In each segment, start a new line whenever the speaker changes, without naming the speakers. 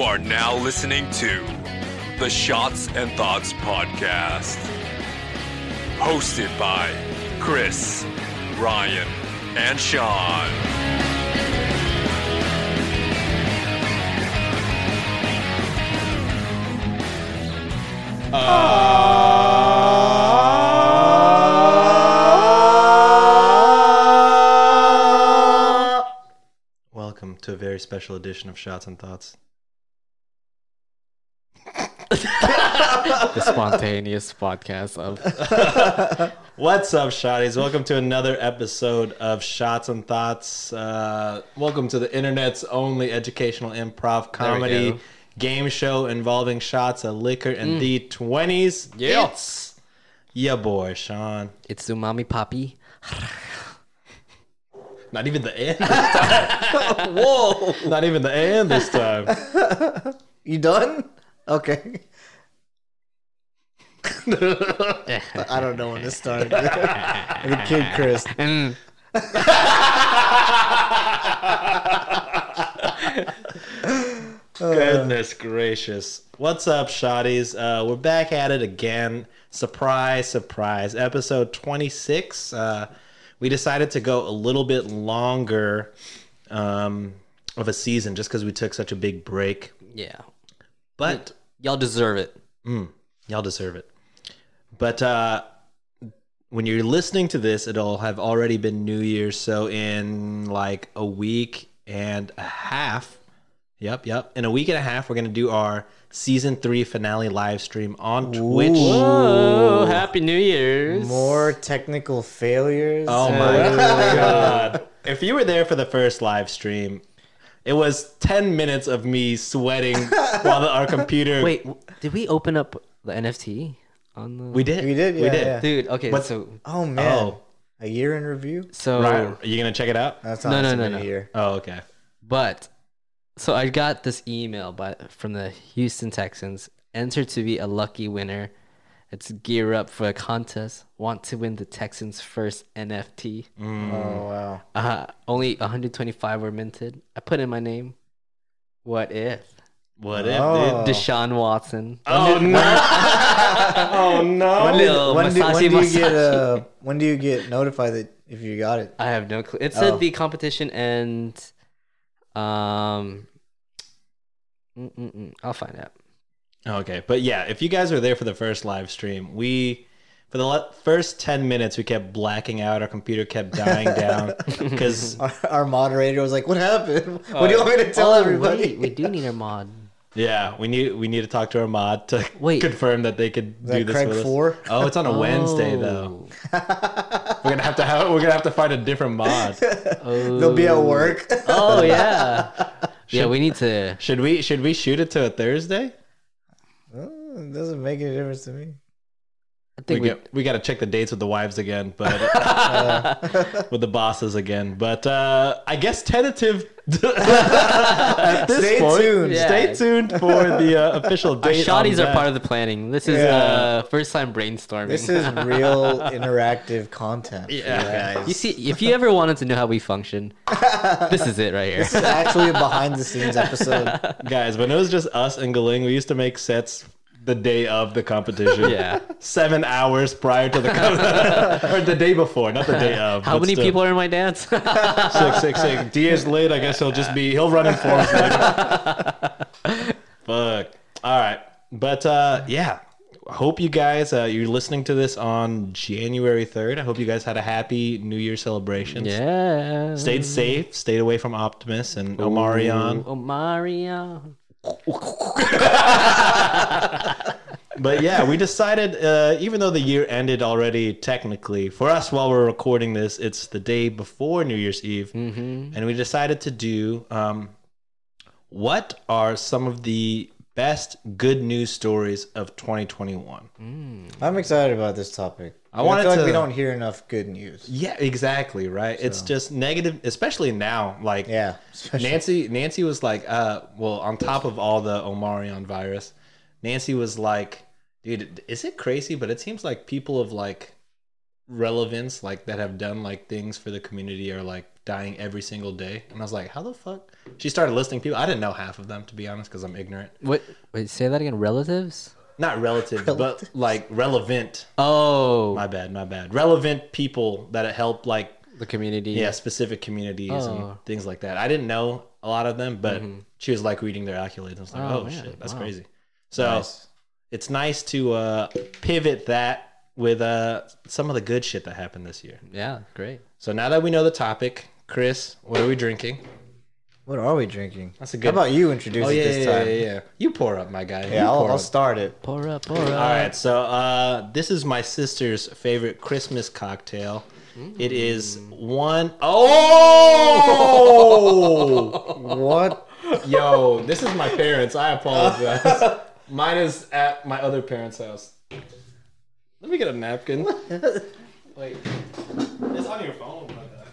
are now listening to the Shots and Thoughts Podcast, hosted by Chris, Ryan, and Sean.
Welcome to a very special edition of Shots and Thoughts.
the spontaneous podcast of
What's up, Shotties? Welcome to another episode of Shots and Thoughts. Uh, welcome to the internet's only educational improv
we
comedy
go. Mm.
game show involving shots of liquor in the 20s.
Yeah.
It's your boy, Sean.
it's umami poppy
Not even the end. Whoa. Not even the end this time.
You done? Okay. I don't know when this started. the kid Chris.
and
Goodness gracious. What's up, shotties? Uh, we're back at it again. Surprise, surprise. Episode 26. Uh, we decided to go a little bit longer um, of a season just because we took such a big break.
yeah
But
y'all deserve it
y'all deserve it. But uh, when you're listening to this, it'll have already been New Year's. So in like a week and a half, yep, yep, in a week and a half, we're gonna do our season three finale live stream on Twitch.
oh happy new year's
More technical failures. Uh,
Oh my god! If you were there for the first live stream. It was 10 minutes of me sweating while the, our computer.
wait w- did we open up the nft on the
we did.
We did?
we
Yeah,
did.
yeah.
dude okay
What's-
so
Oh man.
Oh.
A year in review?
so
Ryan, are you going to check it out?
That's
No,
not
no,
no,
no,
no,
no.
a year.
Oh, okay.
but so i got this email by from the houston texans enter to be a lucky winner it's gear up for a contest want to win the texans first nft
Oh wow.
uh only 125 were minted i put in my name what if
What if, dude?
Oh.
Deshaun Watson.
Oh no! oh no!
One little
When do, when
massagey
do you get
massage.
uh, when do you get notified that if you got it?
I have no clue. It said
Oh.
the competition and um mm, mm, mm, I'll find out.
Okay, but yeah, if you guys were there for the first live stream, we for the le- first ten minutes we kept blacking out. Our computer kept dying down because
Our, our moderator was like, "What happened? what do you want me to tell
Oh,
everybody?"
wait, we do need our mod.
yeah, we need we need to talk to our mod to
Wait.
confirm that they could
that
do this
Craig
with us.
Four?
Oh, it's on a Wednesday though. We're gonna have to have we're gonna have to find a different mod.
Oh,
They'll be at work.
oh yeah. yeah, we need to
should we should we shoot it to a Thursday?
Uh, it doesn't make any difference to me.
I
We
think we,
got, we got to check the dates with the wives again, but uh, with the bosses again. But uh, I guess tentative at this
Stay
point.
tuned.
Yeah.
Stay tuned for the uh, official
our
date.
shotties
on
are part of the planning. This is
Yeah.
uh first time brainstorming.
This is real interactive content. for you
Yeah.
guys.
you see, if you ever wanted to know how we function, this is it right
It's
here.
actually a behind the scenes episode.
that. guys. When it was just us and Galing, we used to make sets the day of the competition.
Yeah.
seven hours prior to the com- or the day before, not the day of.
How
but
many
still.
people are in my dance?
six, six, six. Diaz late. I guess he'll just be he'll run in forms later. Fuck. All right, but uh, yeah. I Hope you guys uh, you're listening to this on January third. I hope you guys had a happy New Year celebrations.
yeah.
Stayed safe. Stayed away from Optimus and Omarion.
Oh, Mario.
But yeah, we decided uh, even though the year ended already technically for us while we're recording this, it's the day before New Year's Eve.
Mm-hmm.
and we decided to do um, what are some of the best good news stories of 2021
I'm excited about this topic. I
wanted
feel like
to-
we don't hear enough good news.
yeah exactly right it's just negative especially now like
Yeah, especially
nancy nancy was like uh well on top of all the omarion virus nancy was like dude is it crazy but it seems like people have like relevance like that have done like things for the community are like dying every single day and i was like how the fuck she started listing people i didn't know half of them to be honest because i'm ignorant
What? Wait, say that again. Relatives?
not relative but like relevant
Oh,
my bad my bad relevant people that help like
the community.
yeah specific communities
Oh.
and things like that i didn't know a lot of them but she was like reading their accolades i was like
Oh,
oh,
man.
shit that's
Wow.
crazy so it's nice to uh pivot that with uh some of the good shit that happened this year
Yeah, great.
so now that we know the topic chris what are we drinking
What are we drinking?
That's a
How
good-
about you introduce
oh
it
yeah
this
yeah,
time?
yeah yeah. you pour up my guy
Yeah,
you
I'll,
pour
I'll
up.
start it.
Pour up, pour up.
All right, so uh, this is my sister's favorite Christmas cocktail. It is one oh
What?
yo, this is my parents. I apologize. Mine is at my other parents' house. Let me get a napkin. Wait, it's on your phone. my guy.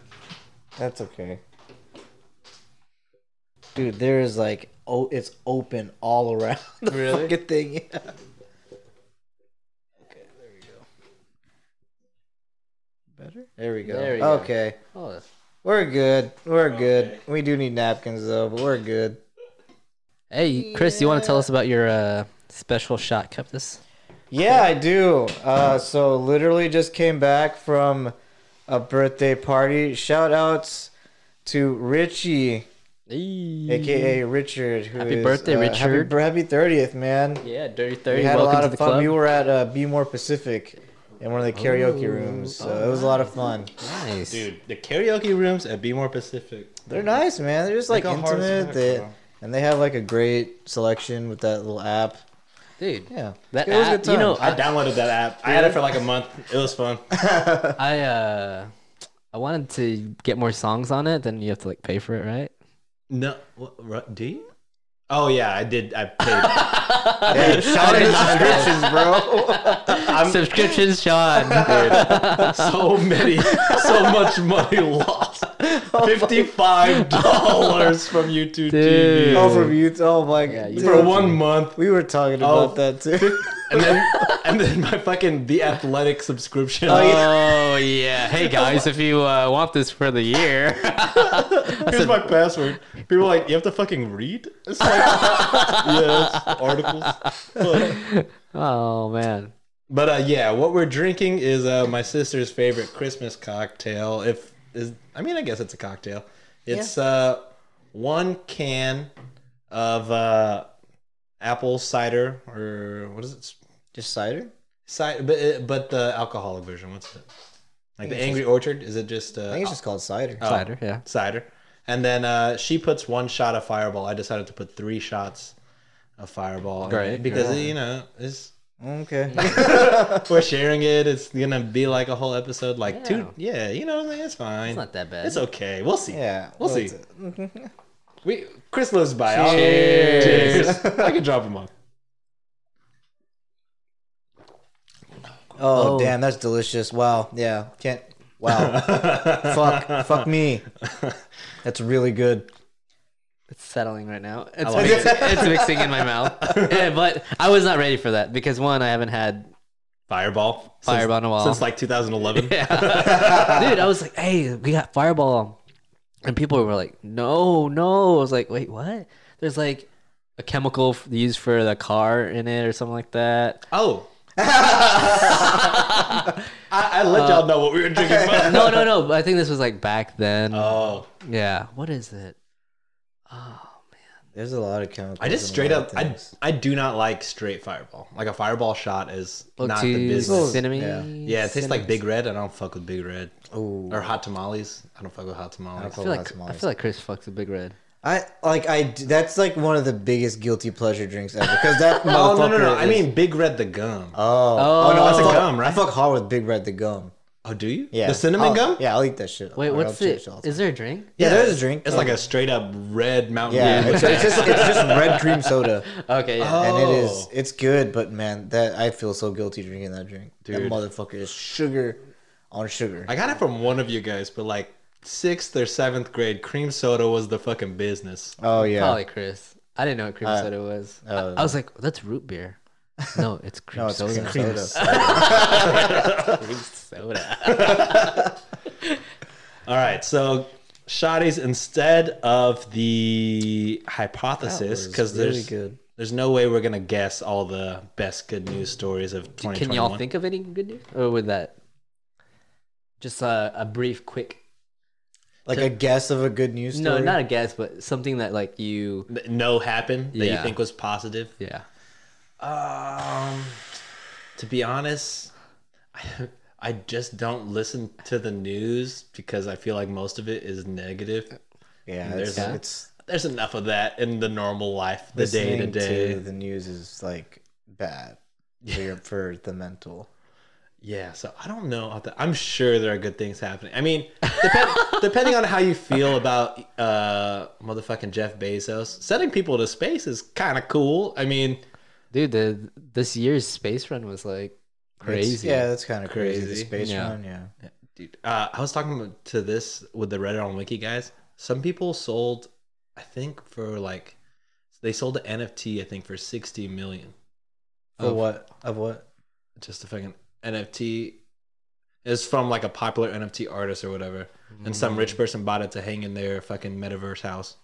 That's okay. Dude, there is like oh, it's open all around. The
Really?
fucking thing. Yeah. Okay, there we go. Better. There we go.
There we go.
okay,
Oh, that's-
we're good. We're good. We do need napkins though, but we're good.
Hey, Chris, you want to tell us about your uh, special shot cup? This
Yeah, I do. Uh, so literally just came back from a birthday party. Shout outs to Richie, aka Richard. who
Happy
is,
birthday,
uh, Happy,
Richard.
br- happy 30th, man.
Yeah, Dirty Thirty.
We had a
Welcome
lot
to
of
the
fun.
club. Oh,
We were at uh, Be More Pacific in one of the karaoke rooms. So it was a lot of fun.
nice,
Dude, the karaoke rooms at Be More Pacific.
They're nice, man. They're just like
go hard as
intimate.
heck,
They,
bro.
and they have like a great selection with that little app.
dude.
Yeah.
That
It was a
app,
good
you
time.
know,
I downloaded that app. I had it for like a month. It was fun.
I uh, I wanted to get more songs on it. Then you have to like pay for it, right?
No, what, what, do you? Oh yeah, I did. I paid.
Yeah, shout out to subscriptions, bro.
Subscription shot.
so many, so much money lost. Fifty-five dollars from YouTube
Dude.
TV
Oh, from Utah. Oh my god.
you-
for
Dude.
one month,
We were talking about
Oh.
that too.
and then and then my fucking the athletic subscription.
oh yeah. Hey guys, if you uh, want this for the year,
Here's my password. People are like you have to fucking read. It's like yes, articles.
oh man,
But uh, yeah, what we're drinking is uh, my sister's favorite Christmas cocktail. If is, I mean, I guess it's a cocktail. It's uh, one can of uh, apple cider or what is it?
Just cider?
Cider, but it, but the alcoholic version. What's it? Like the Angry Orchard? Is it just uh,
I think it's just called cider.
cider. Yeah.
cider? And then uh, she puts one shot of Fireball. I decided to put three shots of Fireball in it
Great.
because you know it's
Okay.
we're sharing it. It's gonna be like a whole episode, like two.
Yeah.
Yeah, you know, what I mean? it's fine. It's
not that bad.
It's okay. We'll see.
Yeah.
we'll,
well,
see.
it's-
We Chris lives by. I'll-
Cheers.
Cheers. I can drop him off.
Oh,
Oh.
damn, that's delicious. Wow. Yeah. Can't. Wow. fuck. Fuck me. That's really good.
It's settling right now. It's,
like
mixing, it's mixing in my mouth. Yeah, but I was not ready for that because one, I haven't had
Fireball. Since-
Fireball in a while.
since like 2011.
Yeah. Dude, I was like, hey, we got Fireball. And people were like, no, no. I was like, wait, what? There's like a chemical f- used for the car in it or something like that.
Oh. I, I let y'all know what we were drinking. But...
No, no, no. but I think this was like back then.
Oh,
Yeah. What is it?
There's a lot of chemicals.
I just
in a
straight
lot
up.
of
I,
things.
I do not like straight Fireball. Like a Fireball shot is
Oh,
not
Oatmeal,
the business.
cinnamon.
Yeah.
Yeah, it tastes like Big Red. I don't fuck with Big Red.
Ooh.
Or hot tamales. I don't fuck with hot tamales.
I
I
call
feel,
that
like,
small.
I feel like Chris fucks a Big Red.
I like I. d- That's like one of the biggest guilty pleasure drinks ever. Because that.
Oh no no no!
motherfucker
I
is-
mean, Big Red the gum. Oh,
Oh.
Oh,
no,
that's
I
a
fuck,
gum, right?
I fuck hard with Big Red the gum.
Oh, do you?
Yeah.
The cinnamon
I'll-
gum.
Yeah, I'll eat that shit.
Wait,
Or I'll
what's
chase
it?
all the time.
Is there a drink?
Yeah, there's a drink.
It's like a straight up red Mountain
Yeah,
Dew.
it's, it's just it's just red cream soda,
Okay. Yeah.
and it
Oh.
is it's good. But man, that I feel so guilty drinking that drink. That
Dude.
motherfucker is sugar on sugar.
I got it from one of you guys, but like sixth or seventh grade, cream soda was the fucking business.
oh yeah,
Uh, Probably Chris. I didn't know what cream soda was. I-
oh.
I, was like, that's root beer. No, it's cream
No, it's
soda.
cream soda.
Cream soda.
All right, so shotties instead of the hypothesis
was
because
really
there's
good.
there's no way we're gonna guess all the best good news stories of 2021.
Can y'all think of any good news? Or with that? Just uh, a brief, quick.
Like a guess of a good news story.
No, not a guess, but something that like you.
Th- no happen that you
Yeah.
think was positive?
Yeah.
Um, to be honest, I, I just don't listen to the news because I feel like most of it is negative.
yeah.
There's
It's,
that.
it's
There's enough of that in the normal life, the day to
listening
day.
The news is like bad for your, for the mental.
Yeah, so I don't know. how to- I'm sure there are good things happening. I mean, depend, depending on how you feel about uh, motherfucking Jeff Bezos, sending people to space is kind of cool. I mean,
Dude, the this year's space run was like
It's-
crazy.
yeah, that's kind of crazy. The
Crazy.
space
Yeah.
run. Yeah.
dude, uh, I was talking to this with the Reddit on Wiki guys. Some people sold, I think, for like, they sold the NFT, I think, for 60 million.
For
Of-
what? Of what?
Just a fucking NFT. It's from like a popular NFT artist or whatever. and some rich person bought it to hang in their fucking metaverse house.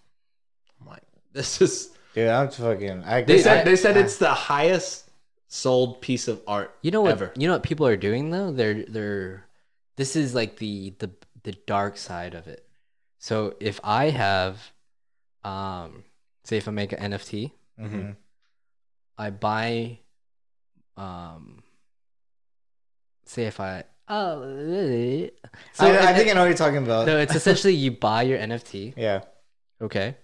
I'm like, this is.
Dude, I'm fucking. I,
They
I-
said they said
I-
it's the highest sold piece of art.
You know what?
Ever.
You know what people are doing though. They're they're. This is like the the the dark side of it. So if I have, um, say if I make an NFT,
Mhm.
I buy, um, say if I oh, so
I, I
it-
think I know what you're talking about.
no, it's essentially you buy your NFT,
Yeah.
okay,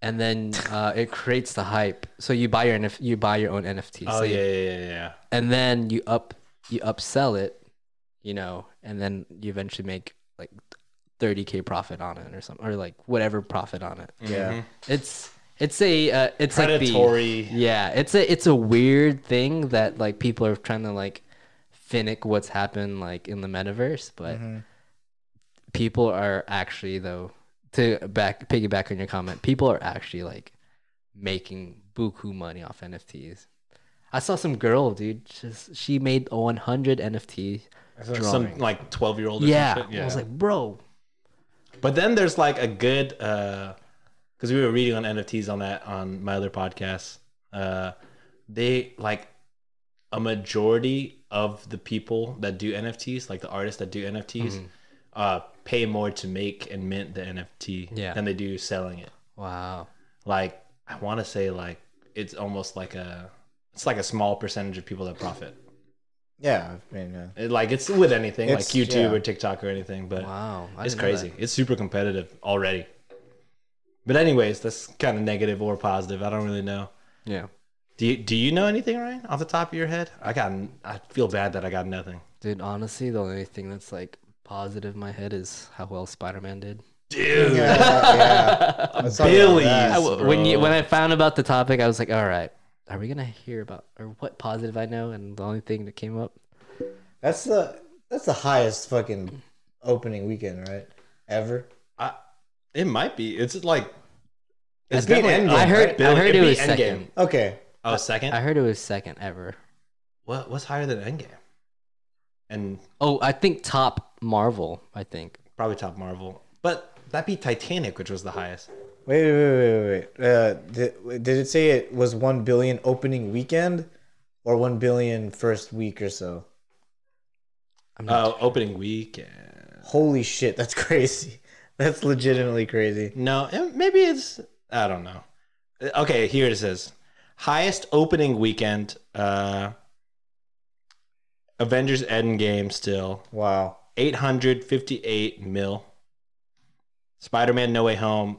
and then uh, it creates the hype. So you buy your NF- you buy your own NFT.
Oh
say
yeah, yeah, yeah, yeah.
and then you up you upsell it, you know, and then you eventually make like 30k profit on it or something or like whatever profit on it.
Yeah.
Mm-hmm.
It's it's a uh, it's
Predatory.
like the, yeah, it's a it's a weird thing that like people are trying to like finick what's happened like in the metaverse, but people are actually though to back piggyback on your comment, people are actually like making buku money off NFTs. I saw some girl, dude. Just she made a 100 NFT.
Some like twelve year old.
Yeah.
Some shit.
yeah, I was like, bro,
But then there's like a good because we were reading on NFTs on that on my other podcast. Uh, they like a majority of the people that do NFTs, like the artists that do NFTs, uh, pay more to make and mint the NFT
Yeah.
than they do selling it.
wow,
Like I want to say like it's almost like a it's like a small percentage of people that profit.
Yeah. I mean, uh,
It- like it's with anything
It's-
like YouTube
yeah.
or TikTok or anything, but
wow, I
it's
didn't know that.
crazy. It's super competitive already. But anyways, that's kind of negative or positive. I don't really know.
Yeah,
Do you, do you know anything, Ryan, off the top of your head? I got I feel bad that I got nothing.
dude. Honestly, the only thing that's like positive in my head is how well Spider-Man did.
Dude,
yeah, yeah. Let's talk about
Billy.
that.
I
I,
w-
when you
bro.
when I found about the topic, I was like, all right, are we gonna hear about or what positive I know? And the only thing that came up,
That's the that's the highest fucking opening weekend, right? Ever.
I, it might be. It's like it's
beat
definitely-
Endgame,
I heard
Bill-
I heard
it'd
it
be
was
Endgame.
second.
Okay.
Oh, second.
I heard it was second ever.
what what's higher than Endgame? And
Oh, I think top Marvel. I think
probably top Marvel, but that would be Titanic, which was the highest.
Wait, wait, wait, wait, wait. Uh, did, did it say it was one billion opening weekend, or one billion first week or so?
I'm not
Oh, opening weekend.
Holy shit, that's crazy. That's legitimately crazy.
No, eh, maybe it's I don't know. Eh, Okay, here it says highest opening weekend. Uh, Avengers Endgame still
Wow.
eight hundred fifty eight mil. Spider Man No Way Home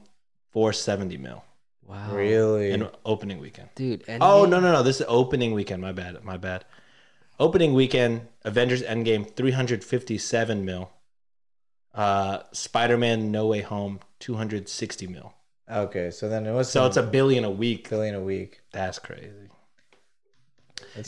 four seventy mil
wow,
Really?
in opening weekend.
dude. Endgame,
Oh no no no! This is opening weekend. My bad. My bad. Opening weekend. Avengers Endgame three hundred fifty seven mil. Uh, Spider Man No Way Home two hundred sixty mil.
okay, so then it was
So it's a billion a week.
billion a week.
That's crazy.
It's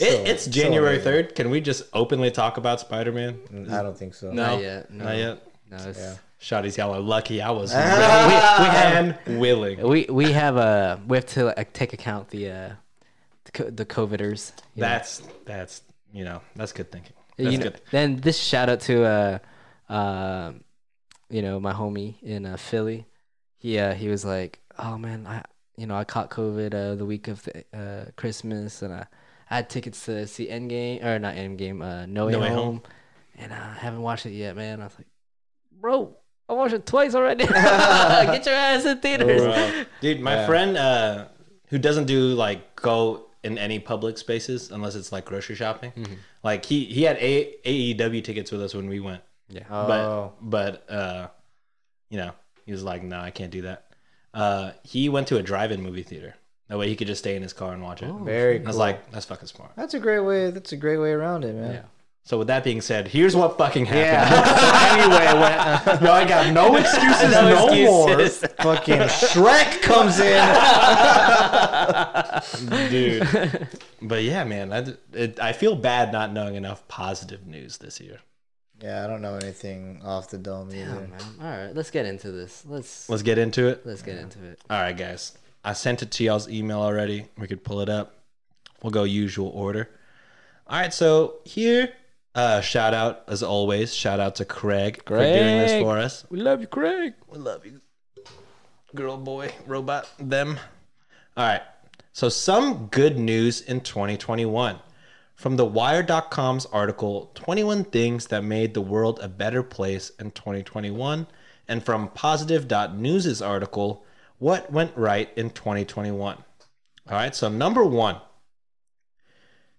It,
still-
it's
still
January
amazing.
3rd. Can we just openly talk about Spider Man?
I don't think so.
No.
Not yet. No.
Not yet.
No, it's,
Yeah.
Shotties, y'all are lucky. I was
Ah!
willing. We, we had willing.
We we have a we have to like, take account the uh, co- the coveters. you know.
That's that's you know that's good thinking. That's
you know,
good.
then this shout out to uh, uh, you know, my homie in uh, Philly. He uh, he was like, oh man, I you know I caught COVID uh, the week of the, uh, Christmas, and I, I had tickets to see Endgame or not Endgame, uh, No Way,
No Way
Home,
Home.
and I haven't watched it yet, man. I was like, bro. I watched it twice already. Get your ass in theaters.
Wow. Dude, my friend uh, who doesn't do like go in any public spaces unless it's like grocery shopping.
Mm-hmm.
Like he he had a- AEW tickets with us when we went.
Oh.
But but uh, you know, he was like, "No, I can't do that." Uh, he went to a drive-in movie theater. That way he could just stay in his car and watch it.
Very
I was
cool.
like, "That's fucking smart."
That's a great way. That's a great way around it, man.
So with that being said, here's what fucking happened.
Yeah. so anyway, when,
no, I got no excuses,
No
no,
excuses. fucking Shrek comes in.
more, dude. But yeah, man, I, it, I feel bad not knowing enough positive news this year.
Yeah, I don't know anything off the dome either.
Oh, man. All right, let's get into this. Let's
Let's get into it.
let's get into it.
All right, guys. I sent it to y'all's email already. We could pull it up. We'll go usual order. All right, so here, uh, shout out as always. Shout out to Craig, for doing this
Craig.
for us.
We love you, Craig.
We love you, girl, boy, robot, them. All right. So, some good news in 2021 from the Wire.com's article 21 Things That Made the World a Better Place in 2021, and from Positive.News' article What Went Right in 2021. All right. So, number one,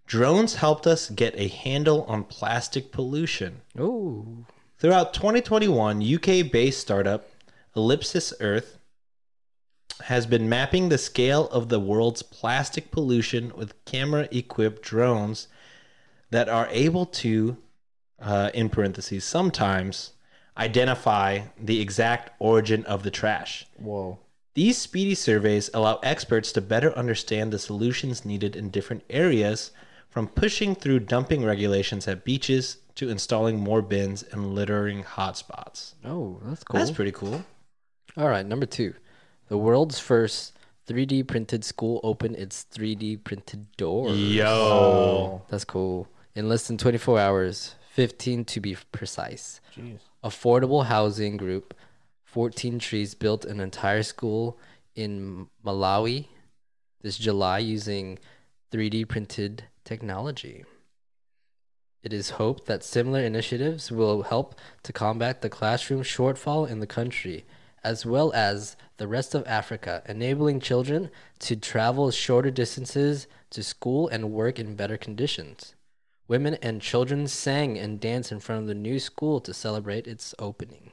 drones helped us get a handle on plastic pollution.
Oh,
Throughout 2021, UK based startup Ellipsis Earth has been mapping the scale of the world's plastic pollution with camera equipped drones that are able to, uh, in parentheses, sometimes identify the exact origin of the trash.
Whoa.
These speedy surveys allow experts to better understand the solutions needed in different areas, from pushing through dumping regulations at beaches to installing more bins and littering hotspots.
oh, that's cool.
That's pretty cool.
All right, number two, the world's first 3D printed school opened its 3D printed door.
Oh,
Yo.
That's cool. In less than 24 hours, 15 to be precise. Affordable Housing Group, 14 trees built an entire school in Malawi this July using 3D printed technology. It is hoped that similar initiatives will help to combat the classroom shortfall in the country, as well as the rest of Africa, enabling children to travel shorter distances to school and work in better conditions. Women and children sang and danced in front of the new school to celebrate its opening.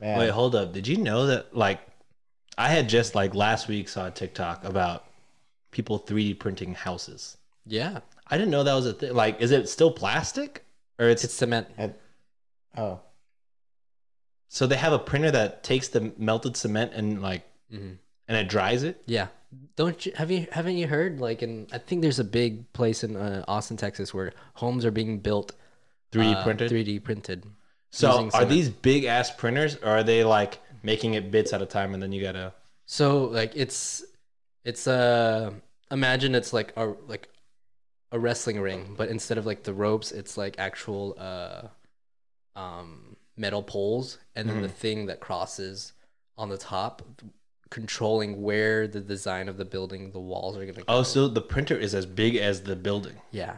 Man.
Wait, hold up. Did you know that, like, I had just, like, last week saw a TikTok about people 3D printing houses.
Yeah,
I didn't know that was a thing. Like, is it still plastic? Or it's,
it's cement.
At- oh.
so they have a printer that takes the melted cement and, like,
Mhm.
and it dries it?
Yeah, don't you have you haven't you heard like in I think there's a big place in uh, Austin, Texas, where homes are being built
3D
uh,
printed?
3D printed.
So
using
are
cement.
these big ass printers or are they like making it bits at a time and then you gotta
So like it's it's uh imagine it's like a like a wrestling ring, but instead of like the ropes, it's like actual uh um metal poles and then the
Mm-hmm.
thing that crosses on the top controlling where the design of the building, the walls are going to go.
Oh so the printer is as big as the building.
yeah.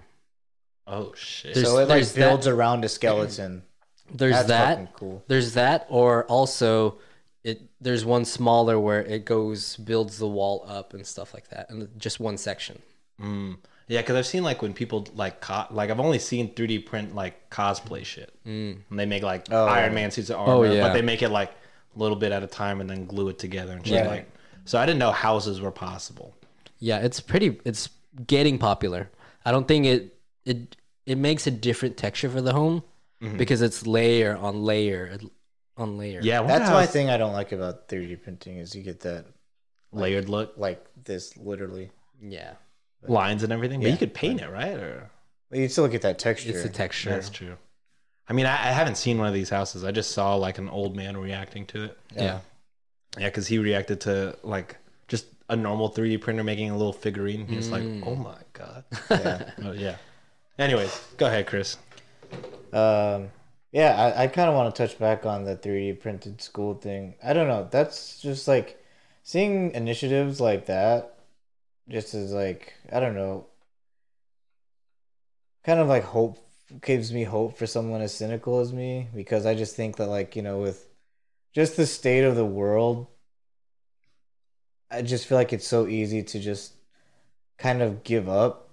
Oh shit.
There's-
so it like
there's that-
builds around a skeleton.
There's
That's
that.
fucking cool.
There's that or also it there's one smaller where it goes builds the wall up and stuff like that and just one section.
Mm. Yeah, because I've seen like when people like co- like I've only seen 3D print like cosplay shit. Mm. And they make like
Oh.
Iron Man suits of armor,
yeah.
but they make it like a little bit at a time and then glue it together and shit
Right.
like so I didn't know houses were possible.
Yeah, it's pretty. It's getting popular. I don't think it it it makes a different texture for the home because it's layer on layer on layer.
Yeah, I wonder
That's
how
my
it's
thing I don't like about 3D printing is you get that
layered look,
like this literally.
yeah,
lines and everything. But you could paint it, right? Or
You still get that texture.
it's the texture.
That's true. I mean, I, I haven't seen one of these houses. I just saw like an old man reacting to it.
yeah.
Yeah, because he reacted to like just a normal 3D printer making a little figurine. He's like, oh my god.
Yeah.
Oh, yeah. Anyways, go ahead, Chris.
Um, yeah, I, I kind of want to touch back on the 3D printed school thing. I don't know. That's just like seeing initiatives like that, just as like, I don't know, kind of like hope gives me hope for someone as cynical as me because I just think that, like, you know, with just the state of the world, I just feel like it's so easy to just kind of give up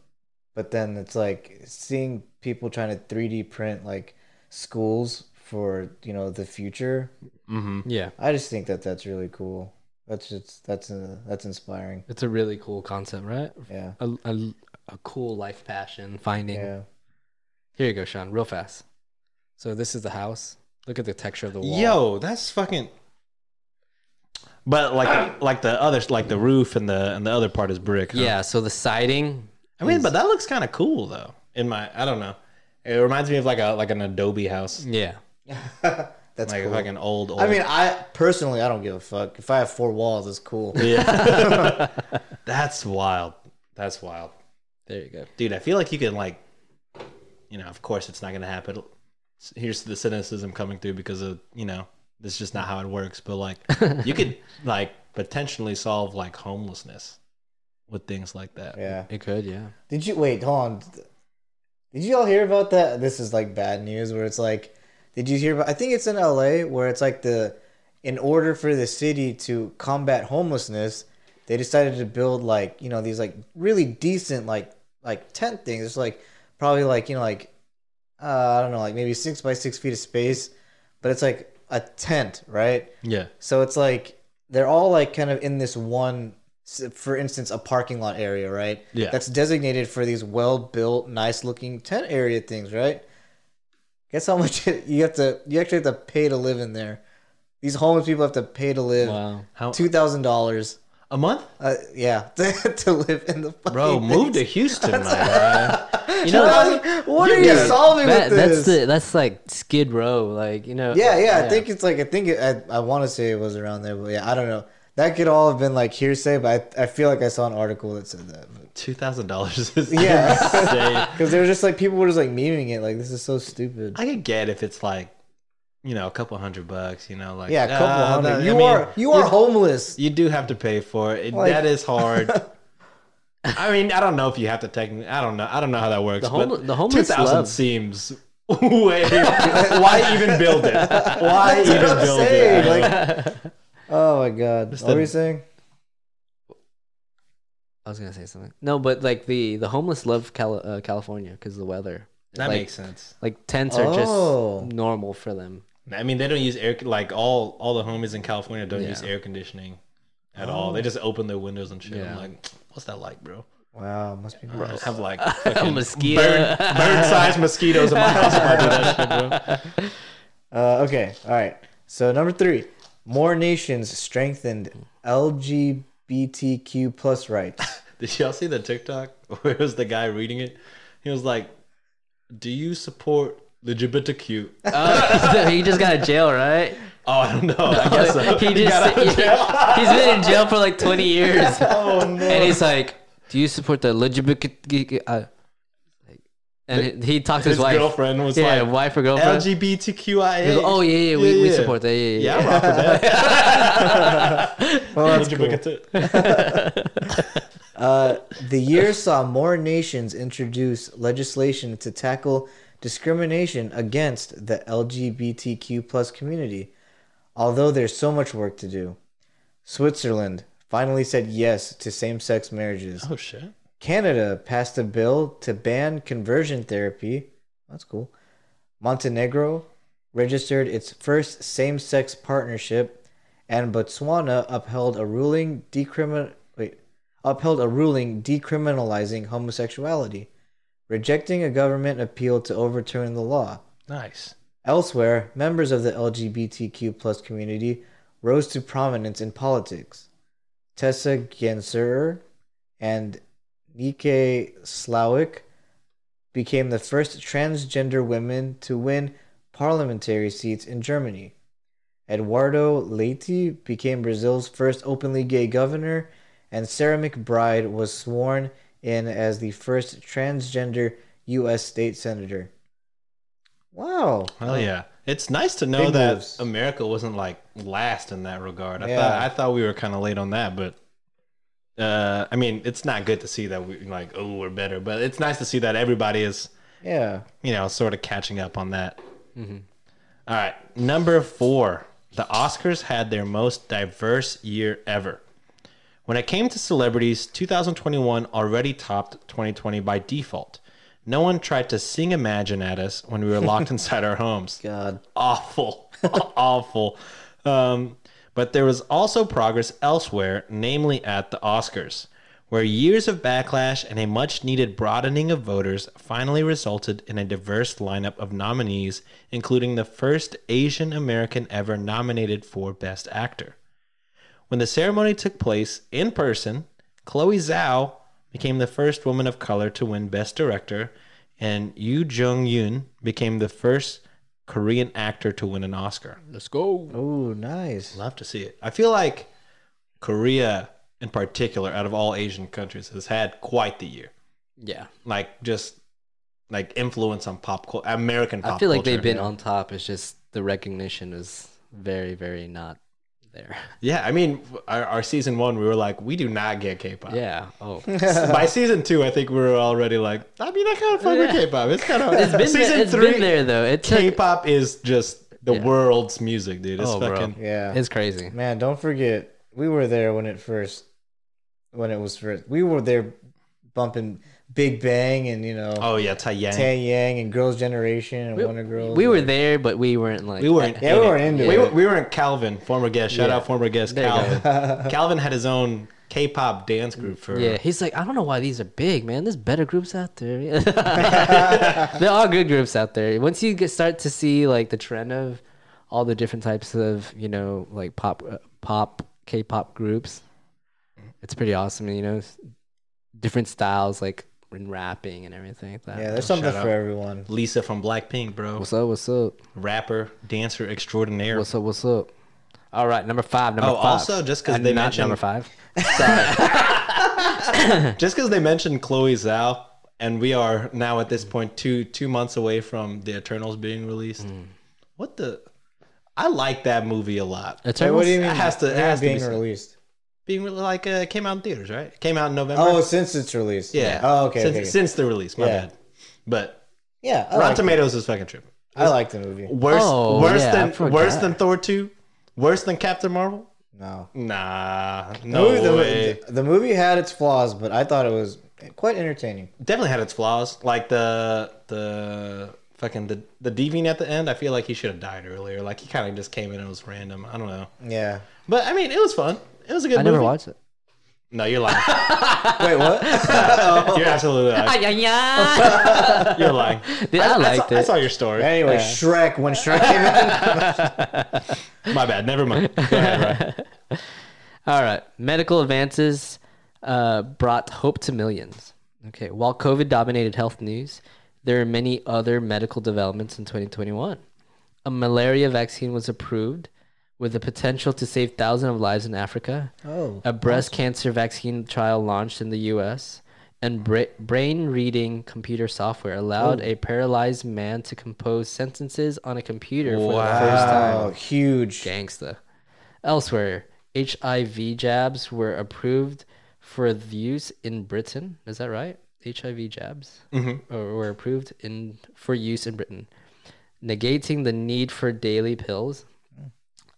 but then it's like seeing people trying to 3D print like schools for you know the future.
Mm-hmm.
Yeah.
I just think that that's really cool. That's just that's uh that's inspiring.
It's a really cool concept, right?
Yeah,
A, a, a cool life passion finding.
yeah,
Here you go, Sean, real fast. So this is the house. Look at the texture of the wall.
Yo, that's fucking. But like, like the other, like the roof and the and the other part is brick. huh?
Yeah, so the siding.
I mean, but that looks kind of cool though. In my, I don't know. It reminds me of like a like an Adobe house,
Yeah.
that's
like
cool.
like an old. old
I mean, I personally I don't give a fuck if I have four walls. It's cool.
yeah. that's wild. That's wild,
There you go.
dude. I feel like you can like, you know, of course it's not gonna happen. Here's the cynicism coming through because of you know this is just not how it works. But like, you could like potentially solve like homelessness with things like that.
Yeah.
It could, yeah.
Did you wait? Hold on. Did you all hear about that? This is like bad news. Where it's like, did you hear about? I think it's in L.A. where it's like the, in order for the city to combat homelessness, they decided to build like you know these like really decent like like tent things. It's like probably like you know like, uh, I don't know like maybe six by six feet of space, but it's like a tent, right?
Yeah.
So it's like they're all like kind of in this one, s- for instance, a parking lot area, right?
Yeah.
That's designated for these well built, nice looking tent area things, right? Guess how much it, you have to, you actually have to pay to live in there. These homeless people have to pay to live
Wow.
How
$2,000.
a month?
Uh, yeah, to live in the fucking
Bro,
thing.
move to Houston, my guy.
You know,
What are you
Yeah,
solving
that-
with this?
That's the that's like Skid Row, like you know.
Yeah, yeah, I think it's like I think it, I I want to say it was around there, but yeah, I don't know. That could all have been like hearsay, but I, I feel like I saw an article that said that. But
Two thousand dollars is
Yeah.
insane.
because they were just like people were just like memeing it, like this is so stupid.
I could get if it's like, you know, a couple hundred bucks. You know, like
yeah, a couple
ah,
hundred.
that-
you
I mean,
are you are homeless.
You do have to pay for it. It-
Like-
that is hard. I mean, I don't know if you have to technically. I don't know. I don't know how that works.
The home-
but
the homeless
two thousand
love.
seems way. why even build it? Why
That's
even
what I'm
build
saying.
it?
Like, oh my god, what
the-
were you saying?
I was gonna say something. No, but like the the homeless love Cali- uh, California because of the weather.
that
like,
makes sense.
Like tents are
Oh.
just normal for them.
I mean, they don't use air like all all the homies in California don't
Yeah.
use air conditioning at all. They just open their windows and shit. I'm
Yeah.
like, what's that like, bro?
Wow, must be
I
gross.
have like fucking
mosquito.
bird, sized mosquitoes in my house. If I do that shit, bro.
Uh, okay, all right. So number three, more nations strengthened LGBTQ plus rights.
Did y'all see the TikTok where it was the guy reading it? He was like, "Do you support LGBTQ?" oh,
Oh, he just got out of jail, right?
I don't know. Oh, I guess so.
He just he, has been in jail for like 20 years,
Oh no.
and he's like, "Do you support the LGBT?" Uh, like- and he, he talked to his,
His
wife.
girlfriend was
yeah,
like,
wife or girlfriend. He
LGBTQIA.
goes, oh yeah, yeah, we, we support that. Yeah,
Yeah,
yeah.
I'm rocking that.
Well, that's cool.
LGBT.
Uh, the year saw more nations introduce legislation to tackle discrimination against the LGBTQ plus community, although there's so much work to do. Switzerland finally said yes to same sex marriages.
Oh shit.
Canada passed a bill to ban conversion therapy. That's cool. Montenegro registered its first same sex partnership, and Botswana upheld a ruling decrimin- wait, upheld a ruling decriminalizing homosexuality, rejecting a government appeal to overturn the law.
Nice.
Elsewhere, members of the LGBTQ plus community rose to prominence in politics. Tessa Genserer and Nike Slawick became the first transgender women to win parliamentary seats in Germany. Eduardo Leite became Brazil's first openly gay governor, and Sarah McBride was sworn in as the first transgender U.S. state senator. Wow.
Hell yeah. It's nice to know
Big
that
moves.
America wasn't like last in that regard. I
Yeah.
thought I thought we were kind of late on that, but uh, I mean, it's not good to see that we like oh we're better, but it's nice to see that everybody is
Yeah.
you know sort of catching up on that. All right, number four, the Oscars had their most diverse year ever. When it came to celebrities, 2021 already topped 2020 by default. No one tried to sing Imagine at us when we were locked inside our homes
God.
awful, awful. Um, but there was also progress elsewhere, namely at the Oscars, where years of backlash and a much needed broadening of voters finally resulted in a diverse lineup of nominees, including the first Asian American ever nominated for Best Actor. When the ceremony took place in person, Chloe Zhao became the first woman of color to win Best Director, and Yoo Jung Yoon became the first Korean actor to win an Oscar.
Let's go.
Oh, nice.
Love to see it. I feel like Korea, in particular, out of all Asian countries, has had quite the year.
Yeah.
Like just like influence on pop culture, American pop
I feel like
culture.
they've been on top. It's just the recognition is very, very not there.
Yeah, I mean, our, our season one, we were like, we do not get K-pop.
Yeah. Oh.
By season two, I think we were already like, I mean, I kind of fuck with
Yeah.
K-pop. It's kind of
It's been there, it's been there though. It took,
K-pop is just the
Yeah.
world's music, dude. It's
Oh, bro.
fucking
Yeah.
It's crazy.
Man, don't forget, we were there when it first, when it was first. We were there bumping Big Bang and, you know,
oh yeah, Tae Yang.
Tan Yang and Girls' Generation and Wonder Girls.
We were there, but we weren't like
we weren't.
Yeah,
in
we
it.
were into
We,
it.
were- we weren't Calvin, former guest. Shout
Yeah.
out former guest
There you
Calvin. Calvin had his own K-pop dance group for.
Yeah, he's like, I don't know why these are big, man. There's better groups out there. there are good groups out there. Once you get start to see like the trend of all the different types of you know like pop uh, pop K-pop groups, it's pretty awesome. You know, s- different styles like in rapping and everything like that.
Yeah, there's something
Shout
for
out.
everyone.
Lisa from Blackpink, bro.
What's up? What's up?
Rapper, dancer extraordinaire.
What's up? What's up? All right, number five. Number
Oh,
five.
also, just 'cause
Uh,
they
not
mentioned-
number five.
Just because they mentioned Chloe Zhao, and we are now at this point two two months away from the Eternals being released.
Mm.
What the? I like that movie a lot.
Wait, what do you mean?
It has to- it
what do you mean
has to be
being
something.
released.
Being re- like uh, it came out in theaters, right? It came out in November.
Oh, since it's released.
yeah.
Oh, okay.
Since,
okay.
since the release, my
Yeah.
bad. But
yeah, I
Rotten
like,
Tomatoes is fucking tripping.
I like the movie.
Worse,
Oh,
worse
yeah, I
than
forgot.
worse than Thor two, worse than Captain Marvel.
No.
Nah,
The
no
movie, the,
way.
the, movie had its flaws, but I thought it was quite entertaining.
Definitely had its flaws, like the the fucking the the deviant at the end. I feel like he should have died earlier. Like he kind of just came in and was random. I don't know,
Yeah.
but I mean, it was fun. It was a good.
I never
movie.
watched it.
No, you're lying.
Wait, what?
you're absolutely lying.
yeah.
You're lying.
Dude, I liked
saw, I
it.
saw your story.
anyway, Shrek. When Shrek came out,
My bad. Never mind. Go ahead, Ryan.
All right. Medical advances uh, brought hope to millions. Okay. While COVID dominated health news, there are many other medical developments in 2021. A malaria vaccine was approved with the potential to save thousands of lives in Africa.
Oh,
a breast cancer vaccine trial launched in the US. And bra- brain reading computer software allowed a paralyzed man to compose sentences on a computer for the first time
oh, huge.
gangsta. Elsewhere, HIV jabs were approved for the use in Britain. Is that right? HIV jabs or were approved in for use in Britain, negating the need for daily pills.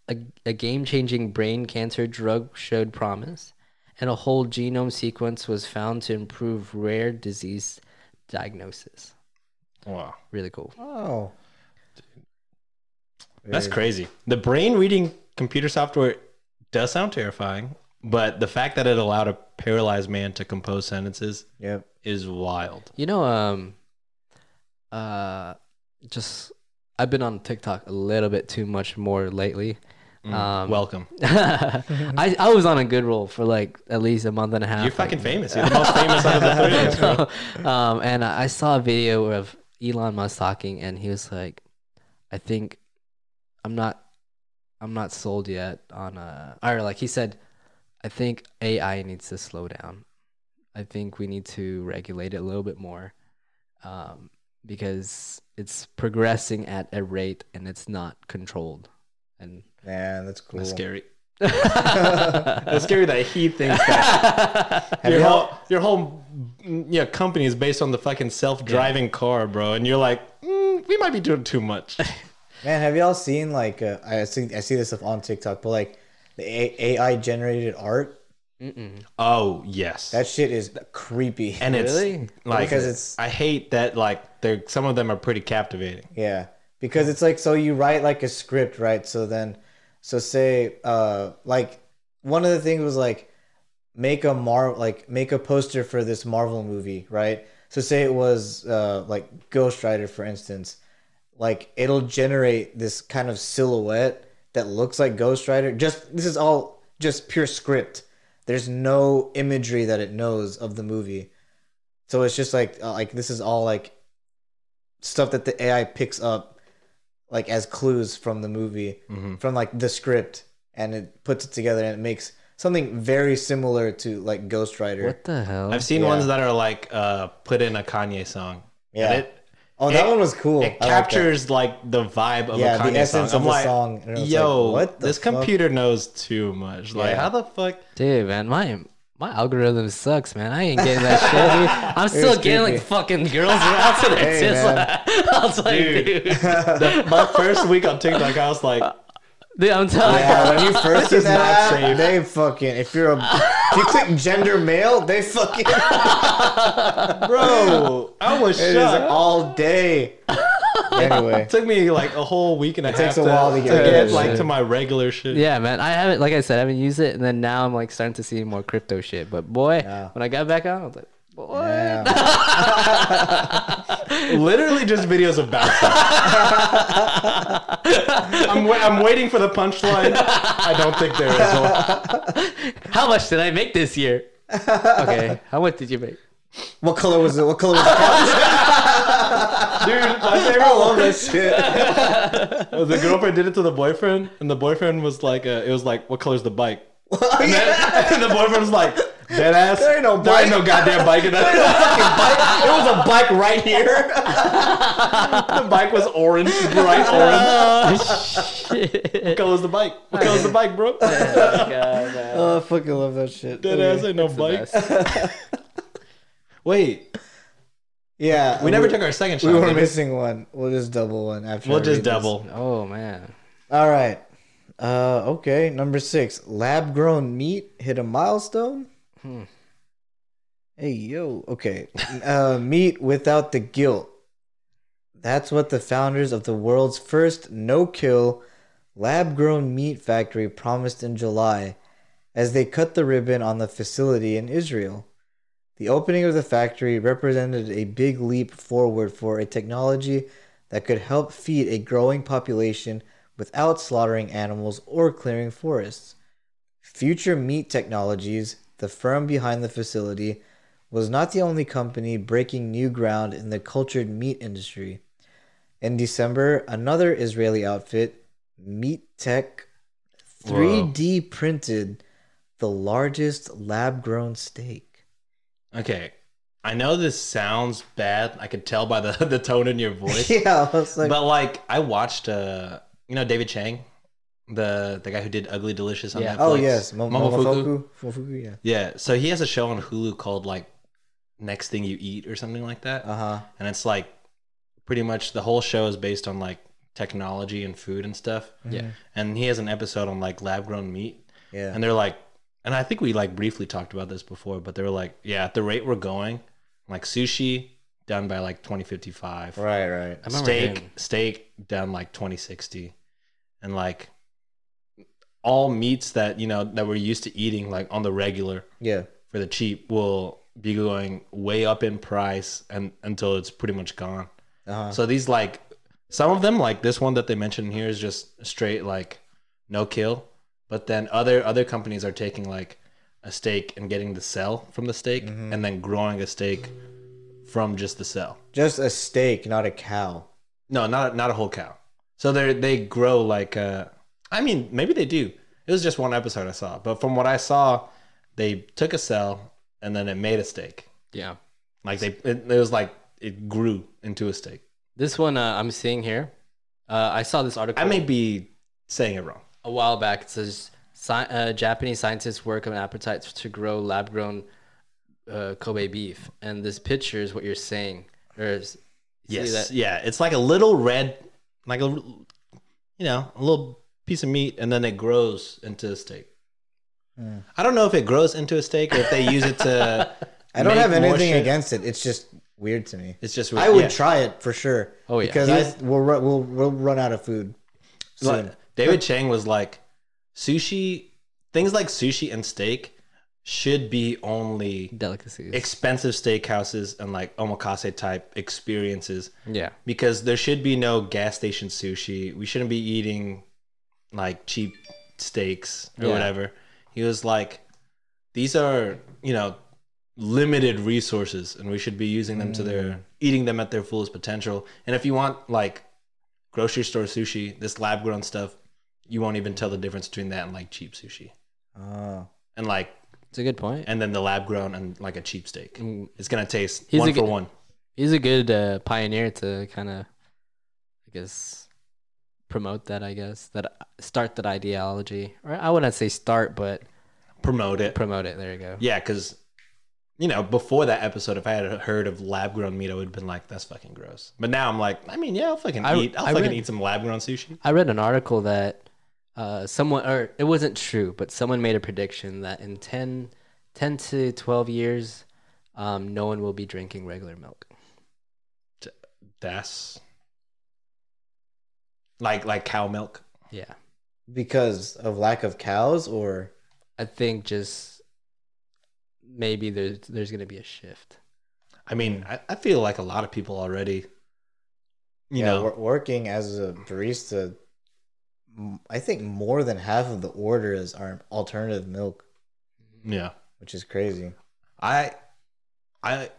A, a game-changing brain cancer drug showed promise, and a whole genome sequence was found to improve rare disease diagnosis.
Wow.
Really cool.
Oh,
That's crazy. The brain reading computer software does sound terrifying, but the fact that it allowed a paralyzed man to compose sentences
yep.
is wild.
You know, um, uh, just I've been on TikTok a little bit too much more lately.
Mm.
Um,
Welcome.
I I was on a good roll for like at least a month and a half.
You're fucking famous. You're the most famous out of the three of us. bro.
um, and I I saw a video of Elon Musk talking, and he was like, "I think I'm not, I'm not sold yet on a." Or uh, like he said, I think AI needs to slow down. I think we need to regulate it a little bit more um, because it's progressing at a rate and it's not controlled. And
Man, that's cool.
That's scary. That's scary that he thinks that your
you
whole, your whole mm, yeah company is based on the fucking self driving car, bro. And you're like, mm, we might be doing too much.
Man, have y'all seen like uh, I see I see this stuff on TikTok, but like the A- AI generated art,
Mm-mm.
oh yes,
that shit is creepy.
and it's
Really?
like
Because it's-
I hate that like they some of them are pretty captivating.
Yeah, because it's like so you write like a script, right? So then, so say uh like one of the things was like make a mar like make a poster for this Marvel movie, right? So say it was uh like Ghost Rider, for instance, like it'll generate this kind of silhouette that looks like Ghost Rider. Just this is all just pure script. There's no imagery that it knows of the movie. So it's just like uh, like this is all like stuff that the AI picks up like as clues from the movie,
Mm-hmm.
from like the script, and it puts it together and it makes something very similar to like Ghost Rider.
What the hell?
I've seen
Yeah.
ones that are like uh, put in a Kanye song.
Yeah.
And it,
oh, that
it-
one was cool.
it
I like that.
captures like, the vibe of
Yeah,
a
the
Kanye
essence
song.
of
I'm
the
like,
song. And it was
yo,
like, what the
this
fuck?"
computer knows too much. Like,
Yeah.
how the fuck?
Dude, man, my my algorithm sucks, man. I ain't getting that shit. Dude. I'm still
was
getting like
creepy.
fucking girls around to their
Hey,
tits.
man.
I was like,
Dude.
dude, dude,
The- my first week on TikTok, I was like,
I'm telling
Yeah, when you first see
is
that,
not safe.
ad, they fucking if you're a if you click gender male, they fucking
bro, I was
it is
shocked.
all day. Anyway,
It took me like a whole week and a half
takes a while to get
to
good
get
at
like
it.
to my regular shit.
you. Yeah, man. I haven't, like I said, I haven't used it, and then now I'm like starting to see more crypto shit. But boy,
Yeah.
when I got back on, I was like, boy,
yeah.
Literally just videos of bouncing. I'm, wa- I'm waiting for the punchline. I don't think there is one.
how much did I make this year? okay, how much did you make?
what color was it? What color was it?
Dude, my favorite
I love this shit.
Uh, the girlfriend did it to the boyfriend, and the boyfriend was like, uh, "It was like, what color's the bike?" And, then, and the boyfriend was like, "Dead ass.
There ain't no
There ain't
bike."
no goddamn bike in that.
It was a bike right here.
the bike was orange, bright orange.
Oh,
What color's the bike? What color's the bike, bro? Dead
Oh, I fucking love that shit.
ass ain't no bike. Wait,
Yeah,
we never took our second shot.
We were
did we?
missing one. We'll just double one after.
We'll
I
just
read this.
double.
oh man,
All right. Uh, okay. Number six, lab-grown meat hit a milestone. Hey yo. Okay. uh, meat without the guilt. That's what the founders of the world's first no-kill lab-grown meat factory promised in July, as they cut the ribbon on the facility in Israel. The opening of the factory represented a big leap forward for a technology that could help feed a growing population without slaughtering animals or clearing forests. Future Meat Technologies, the firm behind the facility, was not the only company breaking new ground in the cultured meat industry. In December, another Israeli outfit, Meat Tech, 3D printed the largest lab grown steak.
Okay, I know this sounds bad. I could tell by the the tone in your voice.
yeah, I was like,
but like I watched uh you know David Chang, the the guy who did Ugly Delicious on
Yeah.
Netflix.
oh yes, Mo-
Momofuku.
Momofuku. Momofuku, yeah.
Yeah, so he has a show on Hulu called like Next Thing You Eat or something like that,
Uh huh.
and it's like pretty much the whole show is based on like technology and food and stuff.
Mm-hmm.
Yeah.
and he has an episode on like lab grown meat,
Yeah.
and they're like, and I think we like briefly talked about this before, but they were like, yeah, at the rate we're going, like sushi done by like twenty fifty five,
right, right.
I remember
steak
him.
steak down like 2060 and like all meats that you know that we're used to eating like on the regular
Yeah.
for the cheap will be going way up in price and until it's pretty much gone
Uh-huh.
so these like some of them like this one that they mentioned here is just straight like no kill but then other other companies are taking like a steak and getting the cell from the steak and then growing a steak from just the cell
Just a steak, not a cow.
No, not not a whole cow. So they they grow like uh I mean, maybe they do. It was just one episode I saw, but from what I saw, they took a cell and then it made a steak.
Yeah.
Like they, it, it was like it grew into a steak.
This one uh, I'm seeing here. Uh, I saw this article
I may be saying it wrong.
a while back. It says sci- uh, Japanese scientists work on an appetite to grow lab grown uh, Kobe beef. And this picture is what you're saying. Or is, you
Yes.
see that-
Yeah. It's like a little red, like a, you know, a little piece of meat, and then it grows into a steak.
Hmm.
I don't know if it grows into a steak or if they use it to.
I don't
make
have
more
anything
shit.
against it. It's just weird to me.
It's just.
I would
yeah.
try it for sure.
Oh, yeah.
because I, we'll, ru- we'll we'll run out of food soon.
Like, David Chang was like, sushi, things like sushi and steak should be only
Delicacies.
expensive steakhouses and like omakase type experiences
yeah.
because there should be no gas station sushi. We shouldn't be eating like cheap steaks or
Yeah.
whatever. He was like, these are, you know, limited resources and we should be using them to
Mm.
their eating them at their fullest potential. And if you want like grocery store sushi, this lab grown stuff, you won't even tell the difference between that and like cheap sushi.
oh,
And like
It's a good point.
and then the lab grown and like a cheap steak.
Mm.
It's gonna taste
He's
one
a
for
good-
one.
He's a good uh, pioneer to kind of, I guess, promote that, I guess, that start that ideology. Or I wouldn't say start, but
Promote it.
promote it. There you go.
Yeah, because you know, before that episode, if I had heard of lab grown meat, I would have been like, "That's fucking gross." But now I'm like, I mean, yeah, I'll fucking
I-
eat. I'll
I
fucking
read-
eat some lab grown sushi.
I read an article that uh, someone, or it wasn't true, but someone made a prediction that in 10, 10 to 12 years, um, no one will be drinking regular milk.
That's like like cow milk.
Yeah.
because of lack of cows or
I think just maybe there's, there's going to be a shift.
I mean, I, I feel like a lot of people already, you
yeah,
know,
wor- working as a barista. m- I think more than half of the orders are alternative milk,
yeah.
which is crazy.
I, I,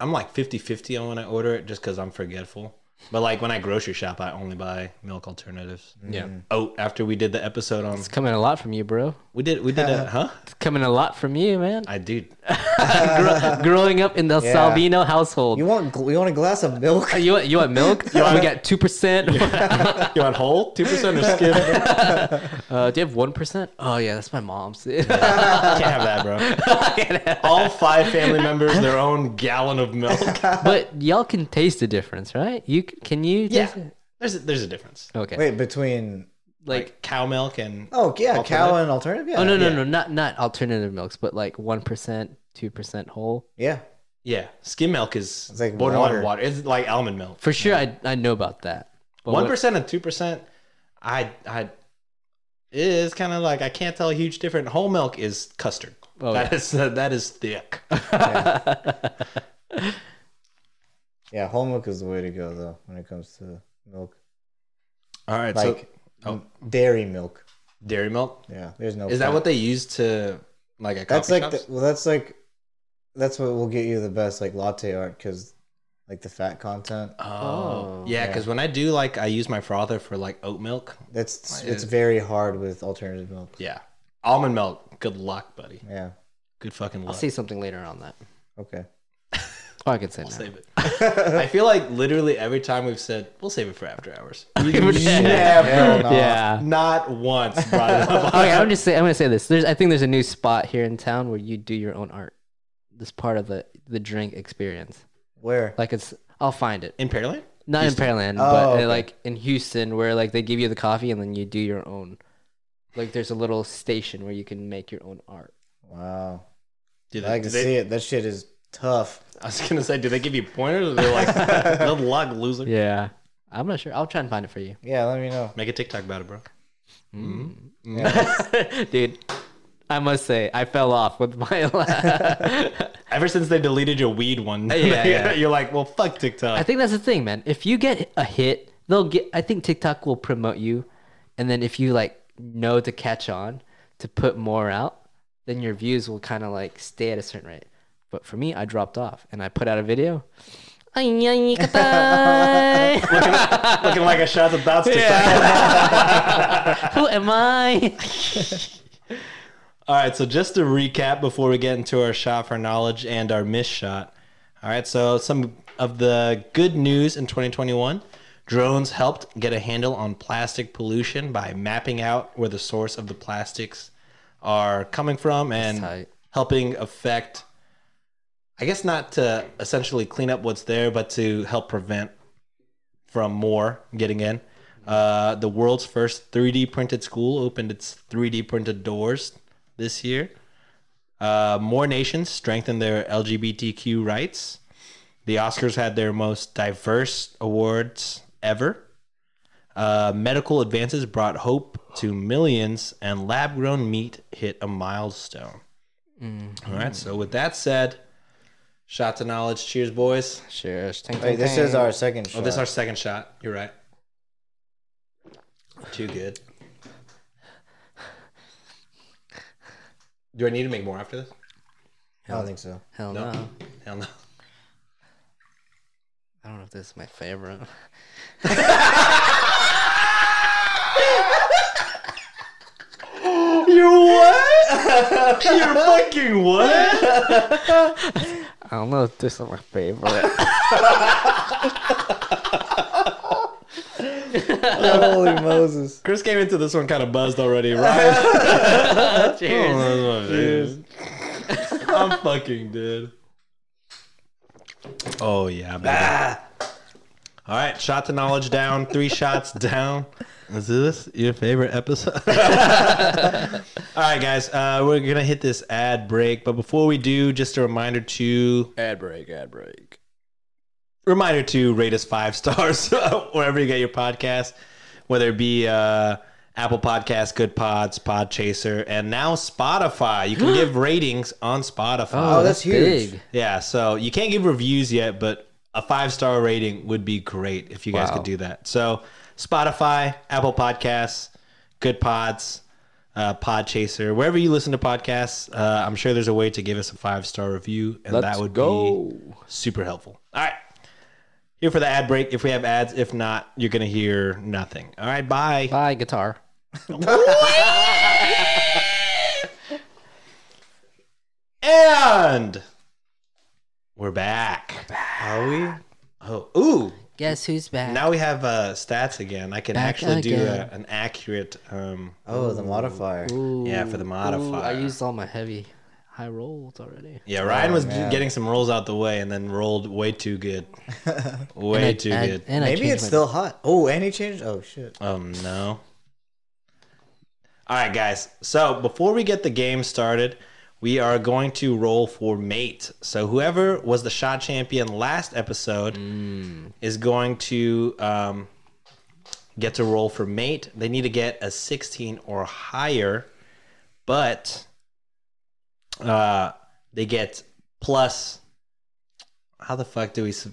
I'm like 50-50 on when I order it, just because I'm forgetful. But like when I grocery shop, I only buy milk alternatives.
Yeah.
Oh, after we did the episode on
It's coming a lot from you, bro.
We did. We did. A, huh?
It's coming a lot from you, man.
I did.
Gro- growing up in the
Yeah.
Salvino household.
You
You
want gl- you want a glass of milk?
you want, you want milk? we got 2%.
You on whole two percent or skim? Can't
Uh, do you have 1%? Oh, yeah, that's my mom's.
have that, bro. All five family members their own gallon of milk.
but y'all can taste the difference, right? You c- can you?
Yeah,
Taste it?
there's a, there's a difference.
Okay.
Wait, between
like,
Like cow milk and
oh yeah, cow
Alternative?
and alternative. uh, Yeah,
oh no no
yeah.
no not not alternative milks, but like one percent, two percent whole.
yeah.
yeah, skim milk is
It's like
borderline
water.
water. It's like almond milk.
For sure, I I know about that. But
One
what-
percent and two percent. I I. It is kind of like I can't tell a huge difference. Whole milk is custard.
Oh,
That is uh, that is thick.
Yeah, whole milk is the way to go though when it comes to milk.
All right,
Like
so oh.
m- dairy milk.
dairy milk
Yeah, there's no.
is that
point.
what they use to like a
That's
coffee
like the,
shops?
well, that's like that's what will get you the best like latte art because like the fat content.
Oh, yeah,
yeah.
because when I do like, I use my frother for like oat milk.
That's
Mine
it's
is-
very hard with alternative milk.
Yeah, almond milk. Good luck, buddy.
Yeah.
Good fucking
I'll
luck.
say something later on that.
Okay.
Oh, I can say now.
Save it. I feel like literally every time we've said we'll save it for after hours.
Hell no.
Yeah.
Not once brought it up.
okay, I'm just say I'm gonna say this. There's I think there's a new spot here in town where you do your own art. This part of the the drink experience.
Where?
Like it's I'll find it.
in Pearland.
Not in Pearland,
Oh,
but uh,
okay.
like in Houston, where like they give you the coffee and then you do your own. Like there's a little station where you can make your own art.
Wow.
Do
I
do
can see it. That shit is tough.
I was gonna say, do they give you pointers? Or they're like, good luck, loser.
Yeah, I'm not sure. I'll try and find it for you,
Yeah, let me know.
Make a TikTok about it, bro.
dude. I must say, I fell off with my. la-
Ever since they deleted your weed one,
Yeah, yeah.
you're like, well, fuck TikTok.
I think that's the thing, man. If you get a hit, they'll get. I think TikTok will promote you, and then if you like know to catch on to put more out, then your views will kind of like stay at a certain rate. But for me, I dropped off, and I put out a video. Who
looking, looking like a shot of thoughts TikTok.
Who am I?
All right, so just to recap before we get into our shot for knowledge and our miss shot. All right, so some of the good news in 2021 drones helped get a handle on plastic pollution by mapping out where the source of the plastics are coming from and
tight.
helping affect, I guess, not to essentially clean up what's there, but to help prevent from more getting in. Uh, the world's first 3D printed school opened its 3D printed doors this year. Uh, more nations strengthened their LGBTQ rights. The Oscars had their most diverse awards ever. Uh, medical advances brought hope to millions, and lab grown meat hit a milestone. All right, so with that said, shot to knowledge. Cheers, boys.
Cheers. Tang,
Wait,
tang,
this
tang.
is our second shot.
Oh, this is our second shot. You're right. Too good. Do I need to make more after this?
I don't think so.
Hell
No.
no.
Hell no.
I don't know if this is my favorite.
You're what? You're fucking what?
I don't know if this is my favorite.
Holy Moses.
Chris came into this one kind of buzzed already. Right? Oh,
Cheers.
I'm fucking dead. Oh yeah, baby. All right, shot to knowledge down. Three shots down. Is this your favorite episode? All right, guys, uh, we're gonna hit this ad break, but before we do, just a reminder to
Ad break, ad break.
reminder to rate us five stars wherever you get your podcast, whether it be uh, Apple Podcasts, Good Pods, Podchaser, and now Spotify. You can give ratings on Spotify.
Oh, that's huge.
big.
yeah, so you can't give reviews yet, but a five star rating would be great if you guys
Wow.
could do that. So Spotify, Apple Podcasts, Good Pods. Uh, Podchaser, wherever you listen to podcasts, uh, I'm sure there's a way to give us a five star review, and
Let's
that would be
go.
super helpful. All right. Here for the ad break. If we have ads, if not, you're going to hear nothing. All right. Bye.
Bye, guitar.
And we're back.
Are we?
Oh, ooh.
Guess who's back?
Now we have uh, stats again. I can
Back
actually do
again.
a, an accurate. Um,
Oh, the modifier.
Ooh,
Yeah, for the
ooh, I
modifier.
used all my heavy high rolls already.
yeah,
Oh,
Ryan was
man.
getting some rolls out the way and then rolled way too good. Way
And I-
too
and-
good.
and I
Maybe
changed
it's
my-
still hot. Oh, and he changed. Oh shit.
Oh no. All right, guys. So before we get the game started, we are going to roll for mate. So whoever was the shot champion last episode is going to um, get to roll for mate. They need to get a 16 or higher, but uh, they get plus. How the fuck do we? s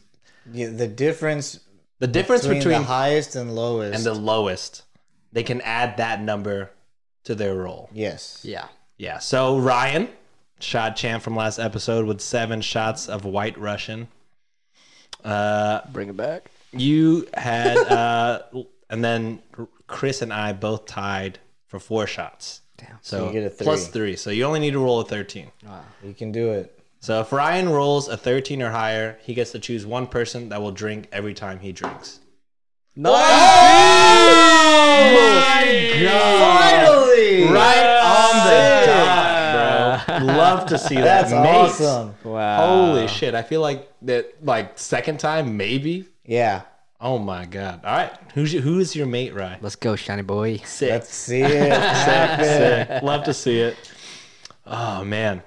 Yeah, the difference
the difference
between,
between,
the highest and lowest.
and the lowest, they can add that number to their roll.
yes.
Yeah.
Yeah. So Ryan, shot champ from last episode with seven shots of White Russian. Uh,
Bring it back.
you had, uh, and then Chris and I both tied for four shots. Damn. So,
you get a
plus
three.
three. So you only need to roll a thirteen.
You can do it.
So if Ryan rolls a thirteen or higher, he gets to choose one person that will drink every time he drinks.
No.
my
Finally,
right
Yeah.
on the dot, bro. Love to see that.
That's
mate.
awesome.
Wow.
Holy shit! I feel like that, like second time maybe.
Yeah.
Oh my god! All right, who's your, who is your mate, Ryan?
Let's go, shiny boy.
Sick,
Let's see it happen.
sick. Love to see it. Oh man.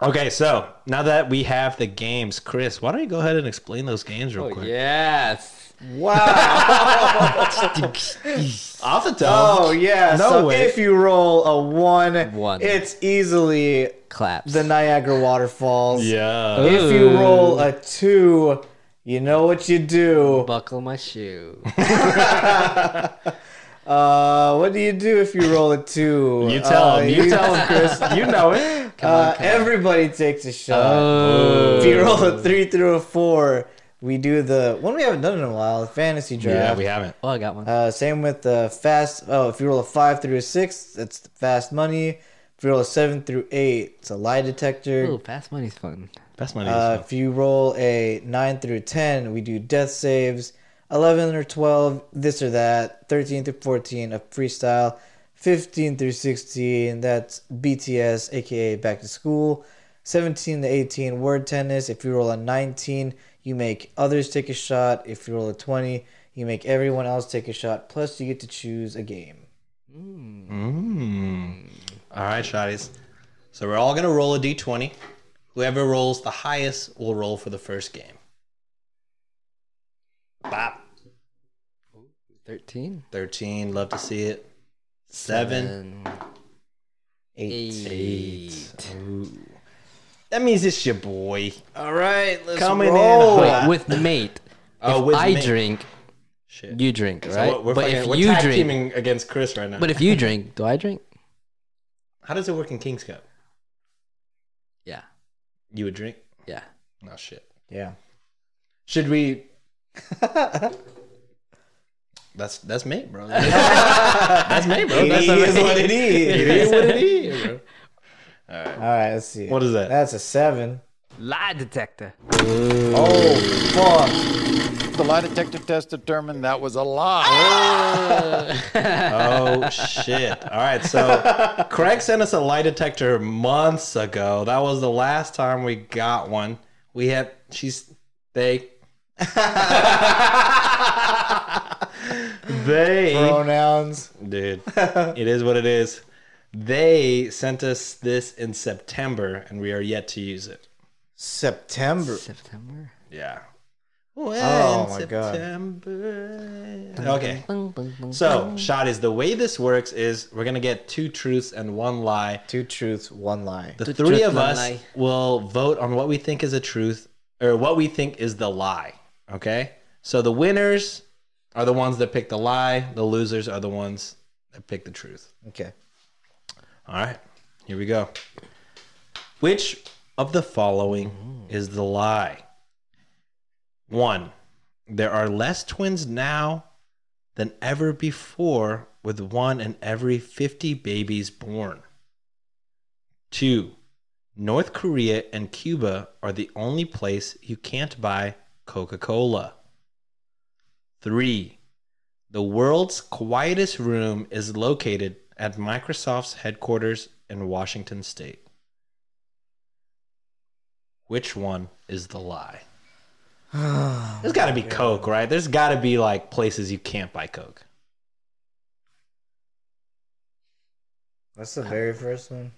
Okay, so now that we have the games, Chris, why don't you go ahead and explain those games
Oh,
real quick?
Yes.
Wow.
Off the top.
Oh yeah.
No
so
way.
if you roll a one,
One.
it's easily
Claps.
the Niagara waterfalls.
Yeah.
If you roll a two, you know what you do.
Buckle my shoe.
Uh, what do you do if you roll a two?
You tell
Uh,
him. You, tell him, Chris. Oh, You know it. Oh.
uh, everybody takes a shot. If you roll a three through a four, We do the one we haven't done in a while, the fantasy draft.
Yeah, we haven't.
Oh, I got one.
Uh, same with the fast. Oh, if you roll a five through a six, it's fast money. If you roll a seven through eight, it's a lie detector.
Ooh, fast money's fun.
That's my
Uh,
name.
if you roll a nine through ten, we do death saves. Eleven or twelve, this or that. Thirteen through fourteen, a freestyle. Fifteen through sixteen, that's BTS, aka back to school. Seventeen to eighteen, word tennis. If you roll a nineteen, you make others take a shot. If you roll a twenty, you make everyone else take a shot. Plus, you get to choose a game.
Mm. All right, shotties. So we're all gonna roll a d20. Whoever rolls the highest will roll for the first game. Bop.
13?
Thirteen. Love to see it. Seven.
Eight.
Eight.
Ooh. That means it's your boy.
All right, let's
Coming in
roll.
hot.
Wait, with mate.
uh, Oh,
if
with
I
mate.
drink,
Shit.
you drink, right?
So what- we're
but
fucking-
if
we're
you
tag
drink,
teaming against Chris right now.
but if you drink, do I drink?
how does it work in King's Cup?
Yeah,
You would drink?
yeah.
No shit.
Yeah.
Should we? that's that's mate, bro. That's, mate, bro. Oh, That's
It is what it is.
It is what it is, bro.
All right, let's see.
What is that?
That's a seven.
Lie detector.
Oh fuck!
The lie detector test determined that was a lie.
Oh shit! All right, so Craig sent us a lie detector months ago. That was the last time we got one. We have she's they they
Pronouns.
dude. it is what it is. They sent us this in September, and we are yet to use it.
September.
September.
Yeah. When
Oh, my God.
September. Okay. So, shot is the way this works is we're gonna get two truths and one lie.
Two truths, one lie.
The
Two
three
truth,
of
one
us
lie.
will vote on what we think is a truth or what we think is the lie. Okay. So the winners are the ones that pick the lie. The losers are the ones that pick the truth.
Okay.
All right, here we go. Which of the following is the lie? One, there are less twins now than ever before, with one in every 50 babies born. Two, North Korea and Cuba are the only place you can't buy Coca Cola. Three, the world's quietest room is located at Microsoft's headquarters in Washington state. Which one is the lie? There's got to be Coke, right? There's got to be like places you can't buy Coke.
That's the very first one.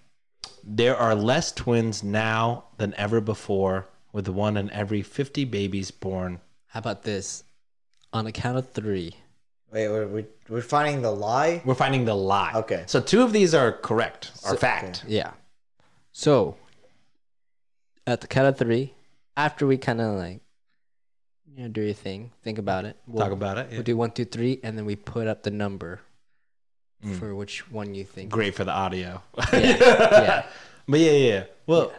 There are less twins now than ever before, with one in every 50 babies born.
How about this? On a count of three.
Wait, we're, we're, we're finding the lie?
We're finding the lie.
Okay.
So two of these are correct, are fact.
Yeah. So, at the count of three, after we kind of like, you know, do your thing, think about it. We'll,
Talk about it.
We'll do one, two, three, and then we put up the number
Mm.
for which one you think.
Great for the audio.
Yeah. yeah.
But yeah, yeah, yeah. Well,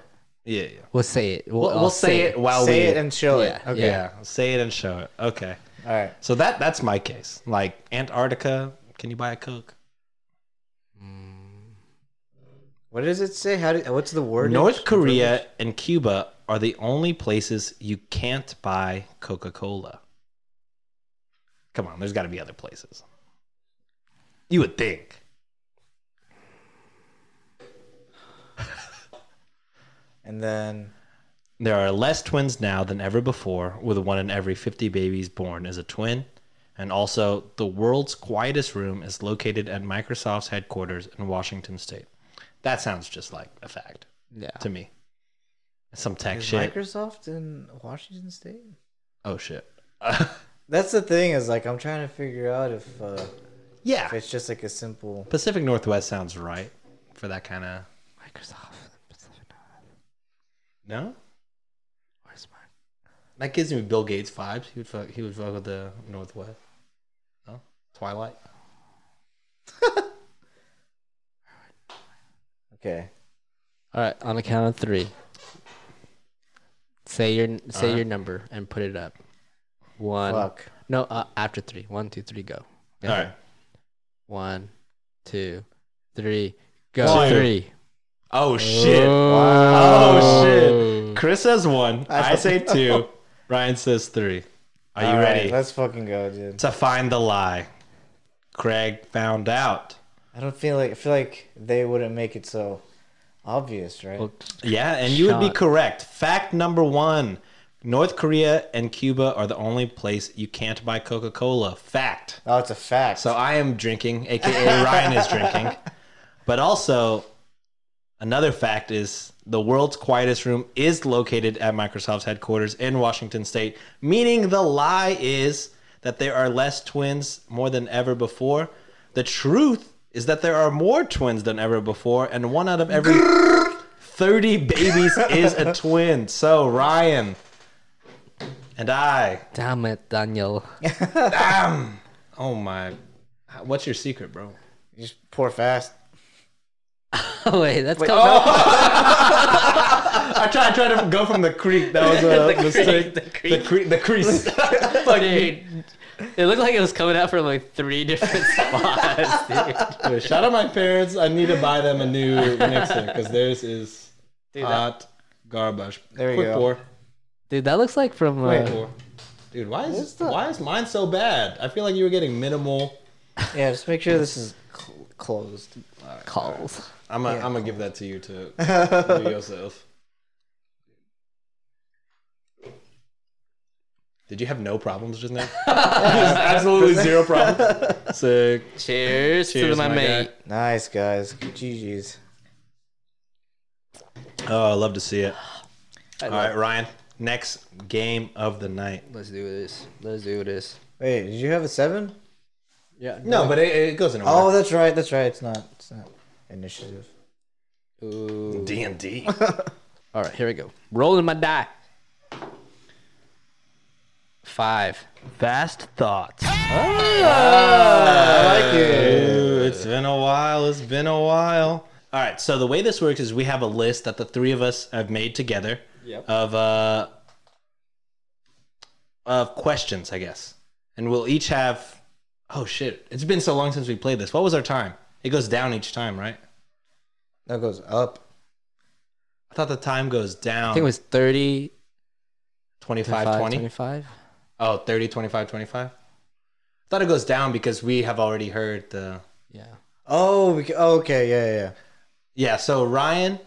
yeah, yeah.
We'll say it. We'll,
We'll,
I'll
we'll say, it while we
Say it and show it.
Yeah,
Okay.
yeah. say it and show it. Okay,
All right.
so that that's my case. Like Antarctica, can you buy a Coke?
What does it say? How did, What's the word?
North Korea and Cuba are the only places you can't buy Coca Cola. Come on, there's got to be other places. You would think.
And then
There are less twins now than ever before, with one in every 50 babies born is a twin. And also, the world's quietest room is located at Microsoft's headquarters in Washington state. That sounds just like a fact
Yeah.
to me. Some tech
is
shit.
Microsoft in Washington State?
oh, shit.
That's the thing is like I'm trying to figure out if, uh, if
yeah.
it's just like a simple.
Pacific Northwest sounds right for that kind of.
Microsoft. Pacific Northwest.
No?
Where's my?
That gives me Bill Gates vibes. He would fuck, he would fuck with the Northwest. No? Twilight?
Okay.
All right.
Uh-huh.
On a count of three. Say your say your number and put it up. One.
Fuck.
No, uh, after three. One, two, three, go. Yeah.
All right.
One, two, three, go.
Two.
Three.
Oh shit.
Wow.
Oh shit. Chris says one. I, say two. Ryan says three. Are you
All right,
ready
let's fucking go, dude.
to find the lie? Craig found out.
I don't feel like I feel like they wouldn't make it so obvious, right?
Well,
Yeah, and you would be
Shot.
correct. Fact number one North Korea and Cuba are the only place you can't buy Coca Cola. Fact.
oh, it's a fact.
So I am drinking, aka Ryan is drinking. But also, another fact is the world's quietest room is located at Microsoft's headquarters in Washington state, meaning the lie is that there are less twins more than ever before. The truth is that there are more twins than ever before, and one out of every 30 babies is a twin. So, Ryan and I.
damn it, Daniel.
Oh my. What's your secret, bro?
you just pour fast.
Oh, wait, that's coming up.
I tried, I tried to go from the creek. That was a mistake. the, cre- the crease.
Dude, it looked like it was coming out from like three different spots. Dude,
Dude, shout out my parents. I need to buy them a new mixer because theirs is hot garbage.
There you
Quick
go.
pour.
Dude, that looks like from.
Quick
Uh,
pour. Dude, why is why is mine so bad? I feel like you were getting minimal.
Yeah, just make sure this is cl- closed.
calls.
I'm gonna I'm gonna give that to you to do yourself. Did you have no problems just now? Absolutely zero problems. Sick.
Cheers,
Cheers,
to my,
my
mate.
guy.
Nice guys. GG's.
Oh, I love to see it. All right, Ryan. Next game of the night.
Let's do this. Let's do this.
Wait, did you have a seven?
Yeah.
No, but it, it goes in
Oh,
order.
that's right. That's right. It's not. It's not initiative.
Ooh.
Oh, D and D.
All right, here we go. Rolling my die. Five.
Fast thoughts.
I like it.
It's been a while. It's been a while. All right. So the way this works is we have a list that the three of us have made together
Yep.
of uh of questions, I guess, and we'll each have. Oh shit! It's been so long since we played this. What was our time? It goes down each time, right?
That goes up.
I thought the time goes down.
I think it was 30,
25,
25,
20.
25.
Oh, 30, 25, 25? I thought it goes down because we have already heard the.
Yeah.
Oh, we ca- oh, okay. Yeah, yeah, yeah.
Yeah, so Ryan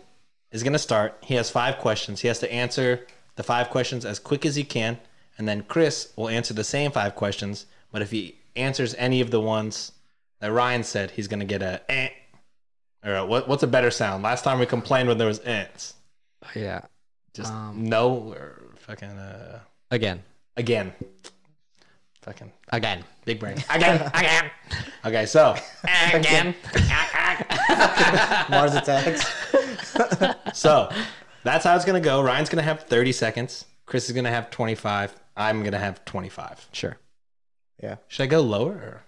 is going to start. He has five questions. He has to answer the five questions as quick as he can. And then Chris will answer the same five questions. But if he answers any of the ones that Ryan said, he's going to get a eh. Or a, what, what's a better sound? Last time we complained when there was ants.
Oh, Yeah.
Just
Um,
no or fucking uh,
Again.
again. Fucking
Again.
big brain.
Again. Again.
Okay, so
Again.
Mars attacks.
So that's how it's gonna go. Ryan's gonna have 30 seconds. Chris is gonna have 25. I'm gonna have 25.
Sure.
Yeah.
Should I go lower? Or?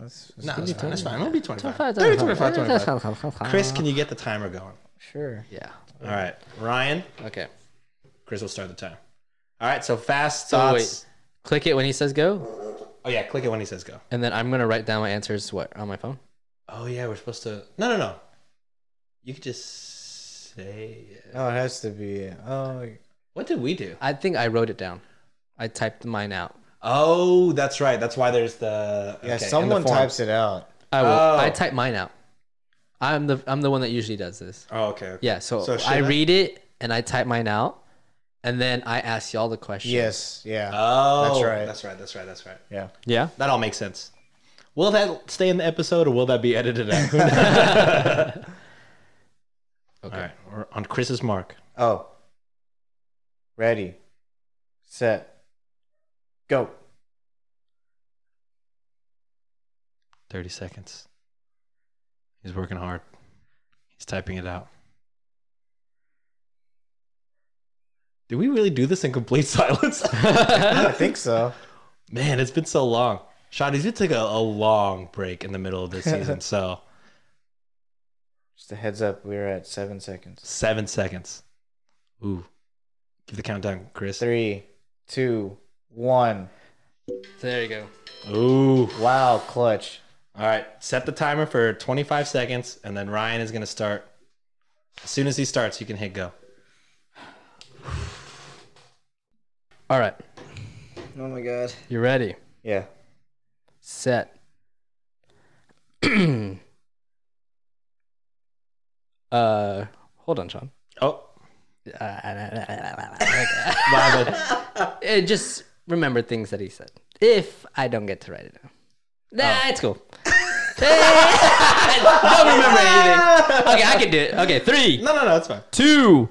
That's, that's
No, that's fine. That's fine. It'll be 25.
25,
30,
25,
25, 25.
25.
Chris, can you get the timer going?
Sure.
Yeah.
All right, Ryan.
Okay.
Chris will start the time. All right, so fast
So
thoughts.
Oh, Click it when he says go,
oh yeah, click it when he says go.
and then I'm gonna write down my answers. What on my phone?
Oh yeah, we're supposed to. No, no, no. You could just say. it.
Oh, it has to be. Oh,
What did we do?
I think I wrote it down. I typed mine out.
Oh, that's right. That's why there's the.
yeah.
okay, in
someone
the form.
types it out.
I will.
Oh.
I typed mine out. I'm the I'm the one that usually does this.
Oh, okay. okay.
Yeah. So,
So should
I
I?
read it and I type mine out, and then I ask y'all the question.
Yes. Yeah.
Oh,
That's right.
That's right. That's right. That's right.
yeah.
Yeah.
That all makes sense. Will that stay in the episode or will that be edited out?
Okay.
All right, we're on Chris's mark.
Oh. Ready. Set. Go.
30 seconds. He's working hard. He's typing it out. Did we really do this in complete silence?
I think so.
Man, it's been so long. Shotties, we took a, a long break in the middle of this season. So,
Just a heads up, we are at seven seconds.
seven seconds. Ooh. Give the countdown, Chris.
Three, two, one.
There you go.
Ooh.
Wow, clutch.
All right, set the timer for 25 seconds, and then Ryan is going to start. As soon as he starts, you can hit go.
All right.
Oh my god.
You ready?
Yeah.
Set. uh, hold on, Sean.
Oh,
Uh,
wow, that-
just remember things that he said. If I don't get to write it down, that's cool. don't remember anything. Okay, I can do it. Okay, three,
no, no, no, that's fine.
two,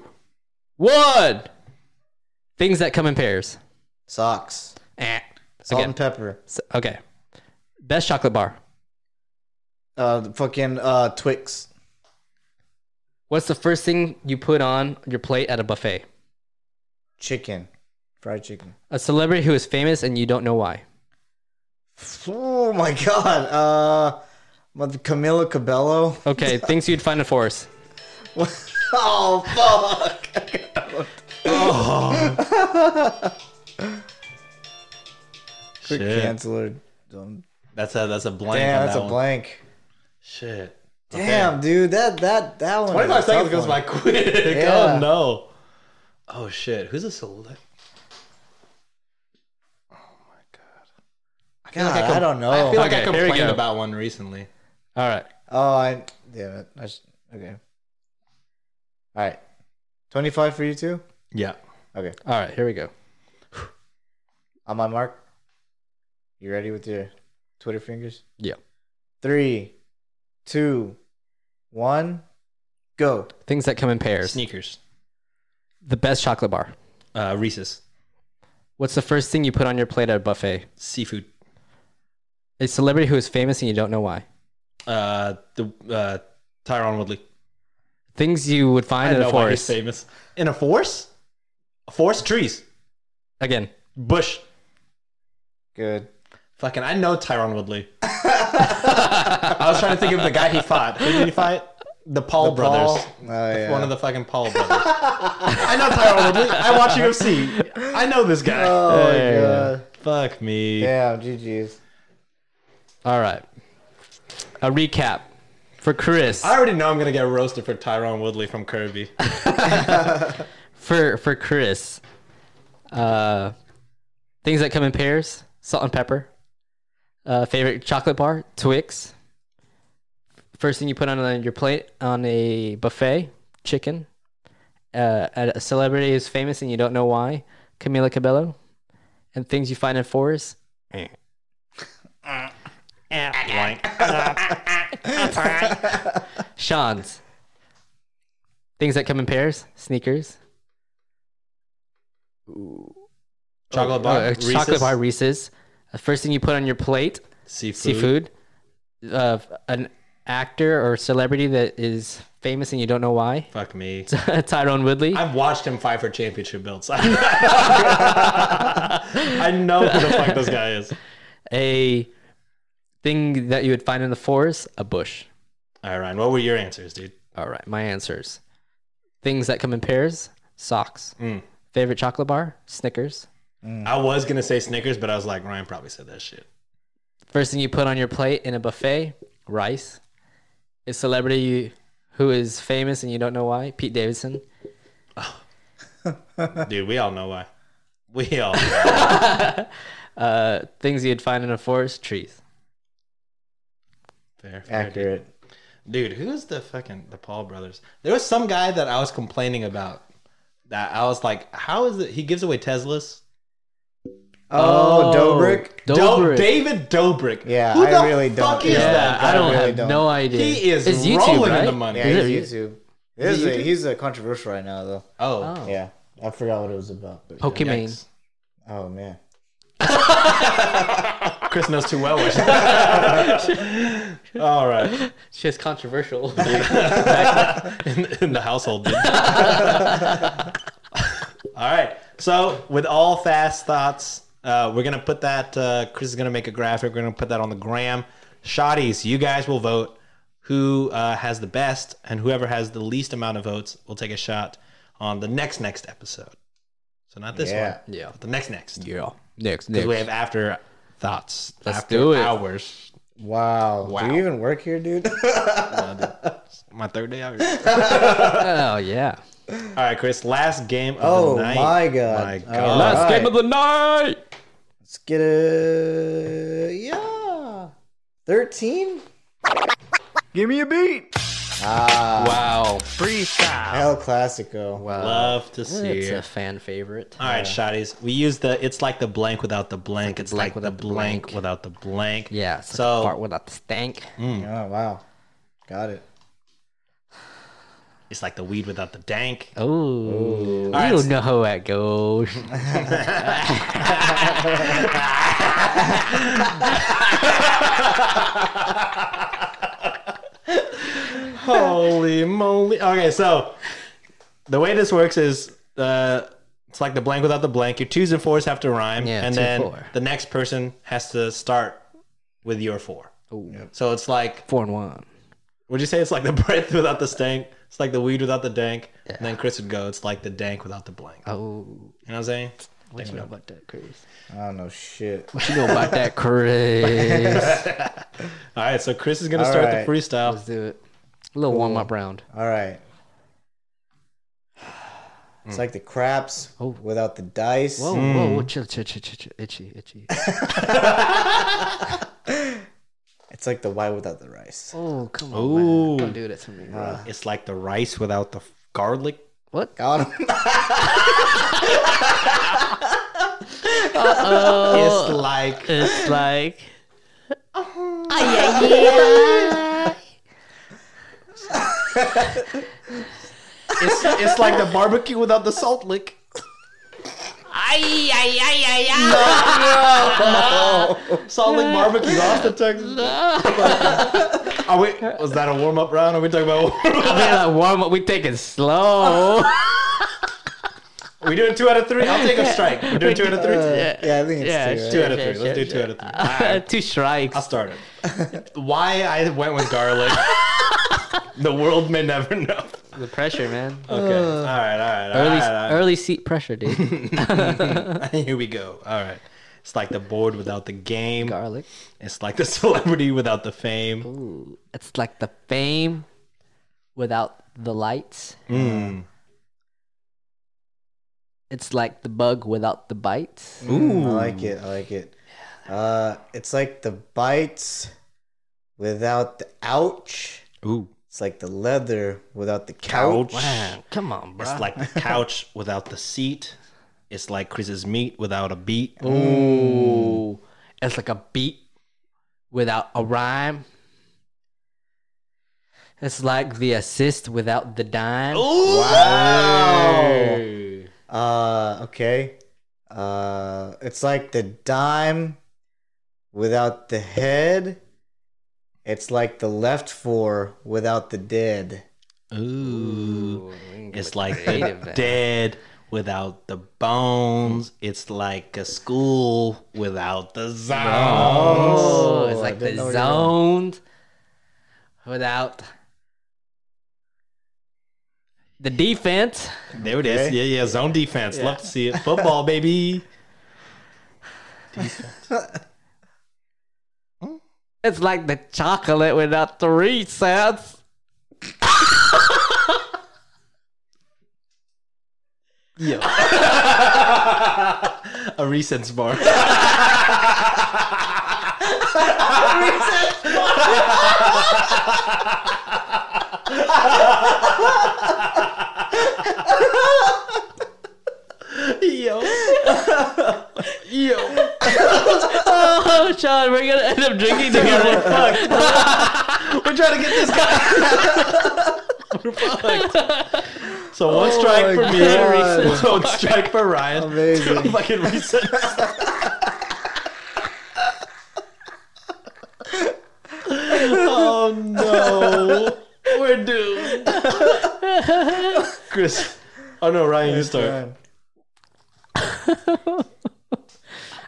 one. Things that come in pairs.
Socks.
Eh.
Salt
Okay.
and pepper.
So- okay. Best chocolate bar.
Uh, the fucking uh Twix.
What's the first thing you put on your plate at a buffet?
Chicken. Fried chicken.
A celebrity who is famous and you don't know why.
Oh my god. Uh, mother Camilla Cabello.
Okay, things you'd find in a forest.
oh fuck. Quick
Shit.
canceler. Dumb.
That's a that's a blank.
Damn,
on
that's
that
a
one.
blank.
Shit.
Damn, dude, that that that one. is a
25 seconds
tough
goes by
one.
quick.
Yeah.
Oh no. Oh shit. Who's a celebrity?
God,
like I
I,
com-
don't know.
I feel like I
Okay, here we
complained
go.
about one recently.
All right.
Oh, I damn it. I just, okay. All right, twenty-five for you too.
Yeah.
Okay,
All right, here we go.
on my mark. You ready with your Twitter fingers?
Yeah.
Three, two, one, go.
Things that come in pairs.
Sneakers.
The best chocolate bar.
Uh, Reese's.
What's the first thing you put on your plate at a buffet?
Seafood.
A celebrity who is famous and you don't know why.
Uh, the uh, Tyron Woodley.
Things you would find in a
why he's
forest.
famous. In a forest? A forest? Trees.
Again.
Bush.
Good.
Fucking, I know Tyron Woodley. I was trying to think of the guy he fought. Who did he fight? The Paul brothers.
Paul. Oh, yeah.
One of the fucking Paul brothers. I know Tyron Woodley. I watch UFC. I know this guy.
Oh my
There.
god.
Fuck me.
Damn, GG's.
All right. A recap for Chris.
I already know I'm gonna get roasted for Tyron Woodley from Kirby.
For for Chris. Uh, things that come in pairs. Salt and pepper. Uh, favorite chocolate bar. Twix. First thing you put on your plate on a buffet. Chicken. Uh, a a celebrity is famous and you don't know why. Camila Cabello. And things you find in forests.
Blank.
Sean's. Things that come in pairs. Sneakers.
Chocolate
Oh,
bar.
a
Reese's.
chocolate bar Reese's. The first thing you put on your plate,
Seafood.
seafood. Uh, an actor or celebrity that is famous and you don't know why.
Fuck me.
Tyrone Woodley.
I've watched him fight for championship belts. I know who the fuck this guy is.
A thing that you would find in the forest, a bush.
All right, Ryan. What were your answers, dude?
All right, my answers. Things that come in pairs, socks. Favorite chocolate bar, Snickers.
I was gonna say Snickers, but I was like, Ryan probably said that shit.
First thing you put on your plate in a buffet, rice. A celebrity you, who is famous and you don't know why, Pete Davidson.
Dude, we all know why. We all.
Uh, things you'd find in a forest, trees.
Fair, fair.
Accurate.
Dude, who is the fucking the Paul brothers? There was some guy that I was complaining about. That I was like, how is it? He gives away Teslas.
Oh, Dobrik.
Do-
Dobrik.
David Dobrik.
Yeah,
Who
I
the
really don't-
fuck is
yeah.
that?
I
I
don't
really
have
don't.
no idea.
He is
It's
rolling in the money.
Yeah,
Is
he's
it-
YouTube. He's a, he's a controversial right now though.
Oh,
Yeah, I forgot what it was about. But
Pokemon.
yikes.
Oh man.
Chris knows too well. what she- all right,
It's just controversial.
in, in the household. dude. all right. So with all fast thoughts, uh, we're gonna put that. Uh, Chris is gonna make a graphic. We're gonna put that on the gram. Shotties, you guys will vote who uh, has the best, and whoever has the least amount of votes will take a shot on the next next episode. So not this
Yeah.
one.
Yeah.
but The next next.
yeah. Next,
Because we have after thoughts.
Let's do it.
Hours.
Wow.
Wow.
Do you even work here, dude?
My third day out. here.
Oh yeah.
All right, Chris. Last game of
Oh,
the night.
my God.
My
All
God.
right.
Last game of the night.
Let's get a yeah. Thirteen.
Give me a beat.
Wow.
Ah. El Clasico.
Wow.
Love to see
It's
it.
a fan favorite.
All right, shotties. We use the. It's like the blank without the blank. It's like,
blank without
the
the
blank,
blank.
without the blank.
Yeah. It's so
So- Hmm?
like a fart without the stank.
Oh wow. Got it.
It's like the weed without the dank.
Oh. You
right,
don't
so-
know how that goes.
Holy moly! Okay, so the way this works is uh, it's like the blank without the blank. Your twos and fours have to rhyme,
Yeah,
and
two,
then
four.
the next person has to start with your four. So it's like,
Four and one.
would you say it's like the breath without the stank? It's like the weed without the dank. And then Chris would go, it's like the dank without the blank. You
Oh.
know what I'm saying?
What you know about that, Chris?
I don't know shit.
What you know about that, Chris?
All right, so Chris is gonna
All
start
right.
the freestyle.
Let's do it. A little warm up round.
All right. It's like the craps
Oh.
without the dice.
Whoa, Oh,
Hmm.
whoa, whoa, chill, chill, chill, chill, chill. Itchy, itchy.
It's like the white without the rice.
Oh, come on. Man.
Ooh.
Don't do that to me, bro.
It's like the rice without the f- garlic.
what?
Got him.
Uh,
It's like
It's like.
it's, it's like the barbecue without the salt lick. No, no, no. Salt lick barbecue, Austin, Texas. Are we? Was that a warm up round? Are we talking about?
I mean, like warm up. We take it slow.
we doing two out of three? I'll take a strike. We're doing two out of three.
Yeah, I think it's
Yeah,
two.
two
right?
out of
Uh, sure,
three. Let's
sure,
do two
sure.
out of three.
Two strikes.
I'll start it. Why I went with garlic? the world may never know.
The pressure, man.
Okay. all right. All right. All
Uh, early,
right, all right.
early seat pressure, dude.
Here we go. All right. It's like the board without the game.
Garlic.
It's like the celebrity without the fame.
Ooh, it's like the fame without the lights. Mm. It's like the bug without the bites.
I like it. I like it. Uh, it's like the bites without the ouch.
Ooh.
It's like the leather without the couch.
Wow, come on, bro.
It's like the couch without the seat. It's like Chris's meat without a beat.
Ooh, it's like a beat without a rhyme. It's like the assist without the dime.
Wow. Uh, okay. Uh, it's like the dime without the head. It's like the left four without the dead.
Ooh. It's like
creative
the
there.
dead without the bones. It's like a school without the zone.
Oh, it's
I
like
didn't know
the
what you were doing.
zoned without the defense.
There it is.
Okay.
Yeah, yeah. Zone defense. Love to see it. Football, baby.
It's like the chocolate without the recess.
A recent bar. Yo. Yo.
Oh, Sean, we're gonna end up drinking together.
We're trying to get this guy. We're fucked. So one strike for
Oh God.
me. One strike for Ryan.
Amazing.
Fucking reset. oh no. We're doomed. Chris. Oh no, Ryan, you start.
Done.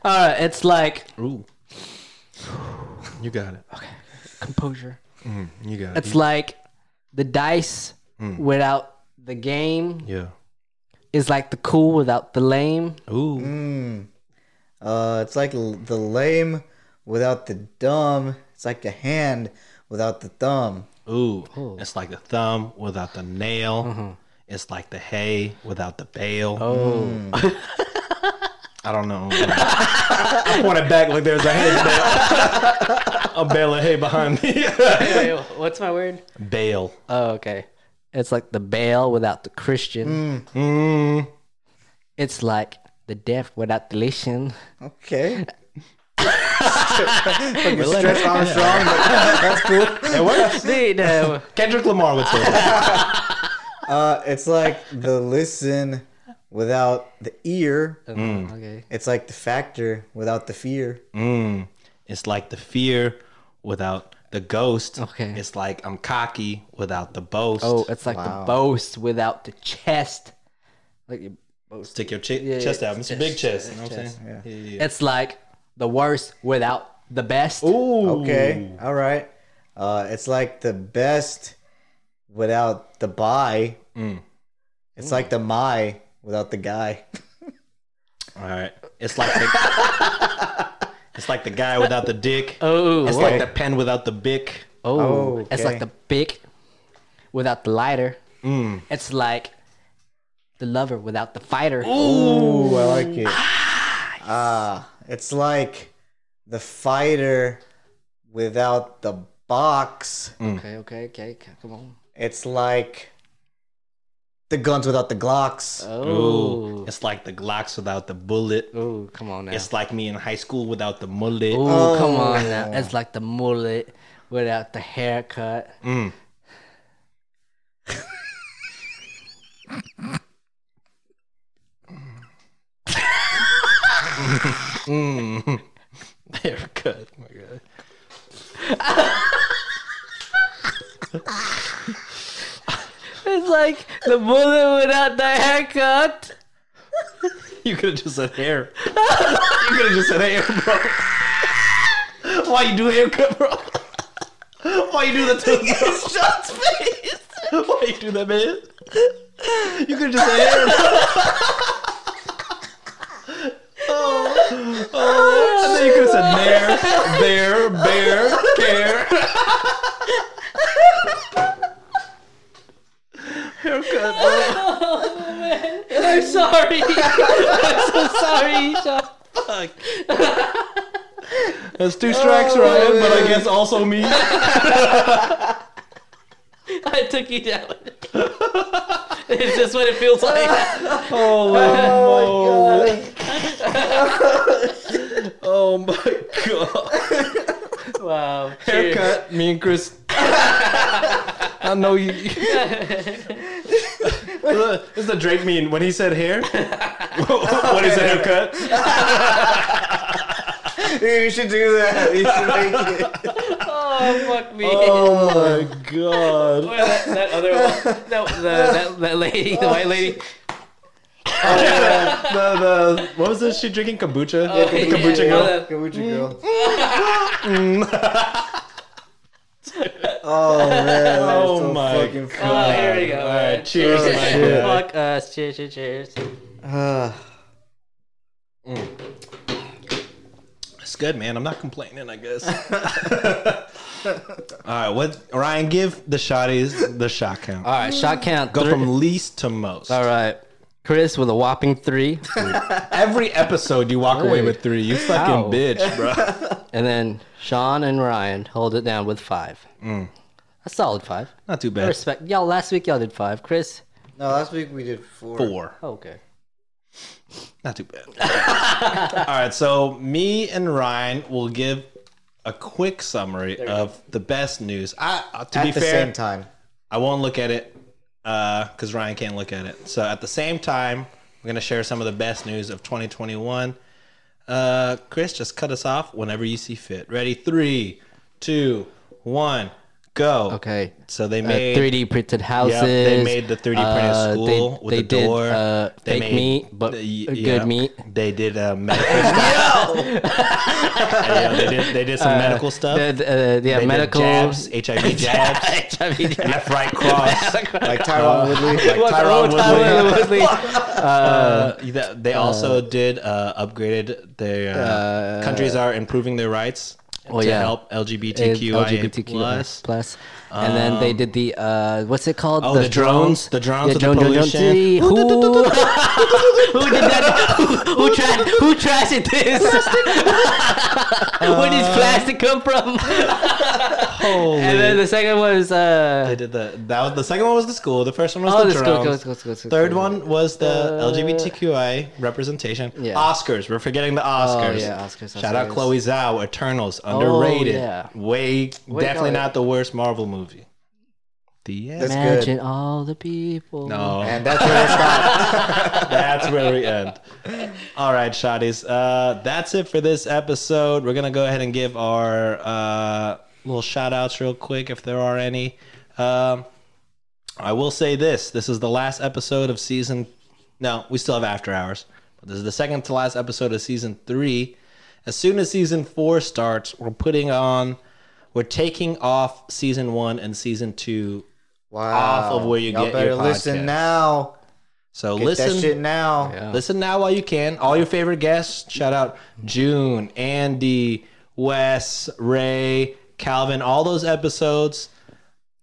All right, it's like
Ooh. You got it. Okay.
composure.
You got
It's like the dice without the game.
Yeah.
It's like the cool without the lame.
Ooh.
Uh, it's like l- the lame without the dumb. It's like the hand without the thumb.
Ooh, it's like the thumb without the nail. It's like the hay without the bale. Oh. I don't know. I want it back like there's a hay bale. a bale of hay behind me.
Wait, what's my word?
bale.
Oh, okay. It's like the Baal without the Christian.
Mm.
It's like the deaf without the Lation.
Okay. Fucking Stretch Armstrong, but that's cool.
It works.
Dude, uh,
Kendrick Lamar would say that.
Uh, it's like the listen without the ear.
Mm. Okay.
It's like the factor without the fear.
Mm. It's like the fear without the ghost.
Okay.
It's like I'm cocky without the boast.
Oh, it's like the boast without the chest. Like you boast.
Stick your chi-
yeah,
chest out. It's
it's
a big chest.
chest,
You know what I'm
chest,
saying? Yeah, yeah, yeah.
It's like the worst without the best.
Ooh.
Okay, all right. Uh, it's like the best without the buy. It's like the my without the guy.
All right. It's like the, it's like the guy without the dick.
Oh,
it's
oh,
like the pen without the bick.
oh.
Oh,
It's like
okay.
the big without the lighter.
Mm.
It's like the lover without the fighter.
Ooh, I like it. Ah, it's like the fighter without the box.
Okay, okay, okay. c- Come on.
It's like the guns without the Glocks.
Oh,
It's like the Glocks without the bullet.
oh, come on now.
It's like me in high school without the mullet.
Oh, come on now. It's like the mullet without the haircut.
Haircut. Oh my God.
It's like the mullet without the haircut.
You could have just said hair. you could have just said hair, bro. Why you do haircut, bro? Why you do that to bro? Sean's face? Why you do that, man? You could have just said hair, bro. oh, oh, and then you could have said there, there, bear, care. Haircut, bro.
I'm sorry. I'm so sorry, Sean.
That's two strikes, Ryan, but I guess also me.
I took you down. it's just what it feels like.
Oh, my god. oh my god.
Wow.
Haircut, me and Chris. I know you. this is the Drake mean when he said hair. what is a haircut?
you should do that. You should make it.
Oh, fuck me.
Oh my god.
Well, that, that other one, that, the, that, that lady, the white lady.
The, the, what was this? She drinking kombucha? The kombucha
yeah.
girl.
Well,
Kabucha girl. oh man!
Oh,
Oh
my
my! Fucking funny.
Oh, here we go.
All right, cheers,
Cheers.
man.
shit.
Fuck us. Cheers, cheers, cheers.
Ah,
It's good, man. I'm not complaining, I guess. All right, what Ryan? Give the shotties the shot count.
All right, shot count.
Go
three-
from least to most.
All right. Chris with a whopping three.
Every episode, you walk away with three. You fucking
How?
bitch, bro.
and then Sean and Ryan hold it down with five.
Mm.
A solid five.
Not too
I
bad.
respect. Y'all, last week y'all did five. Chris?
no, last week we did four.
Four.
Oh, Okay.
Not too bad. All right, so me and Ryan will give a quick summary of the best news. I, uh, to
at
be
the
fair,
same time.
I won't look at it because Ryan can't look at it. So at the same time, we're going to share some of the best news of 2021. Uh, Chris, just cut us off whenever you see fit. Ready? Three, two, one, go.
Okay.
So they
Uh,
made
3D printed houses.
Yep, they made the 3D printed
uh,
school
they-
with
they
the
did,
door.
uh,
they
fake
made
meat, but
the-
good
yeah.
meat.
They did uh, medical stuff. Yeah, they did. They did some medical stuff.
The, the, uh, yeah,
they
medical
did jabs, HIV jabs,
HIV jabs.
left right cross.
Like Tyron Woodley.
Like
What,
Tyron
oh,
Woodley.
Tyron Woodley.
Uh, th- they also did uh, upgraded their uh, countries are improving their rights
Well,
to
oh, yeah.
help
It's
LGBTQIA
LGBTQ plus.
plus.
plus. and then they did the uh, what's it called?
Oh, the drones, the drones with the pollution.
See, Who, who did that? Who, who, tra- who trashed it this? Where did plastic come from?
Holy!
Uh, and then the second one was
they
uh,
did the that was the second one was the school. The first one was
Oh,
the
the
drones.
school, school, school, school,
Third
school.
one was the LGBTQI representation.
Uh, Yeah. Oh,
Oscars. We're forgetting the Oscars.
yeah, Oscars,
Shout out
Oscars. Oh,
Chloe Zhao. Eternals. Underrated.
yeah.
Way
Way
definitely
go-
not the worst Marvel movie. The end.
That's good.
imagine all the people.
no.
And that's where it stopped.
That's where we end. All right, shotties. Uh, that's it for this episode. We're gonna go ahead and give our uh, little shout outs real quick if there are any. Um, I will say this: this is the last episode of season. No, we still have after hours, but this is the second to last episode of season three. As soon as season four starts, we're putting on, we're taking off season one and season two.
Wow.
Off of where you
Y'all
get your
better listen
podcast.
now.
So
Get
listen.
that shit now.
Listen now while you can. All your favorite guests. Shout out June, Andy, Wes, Ray, Calvin. All those episodes.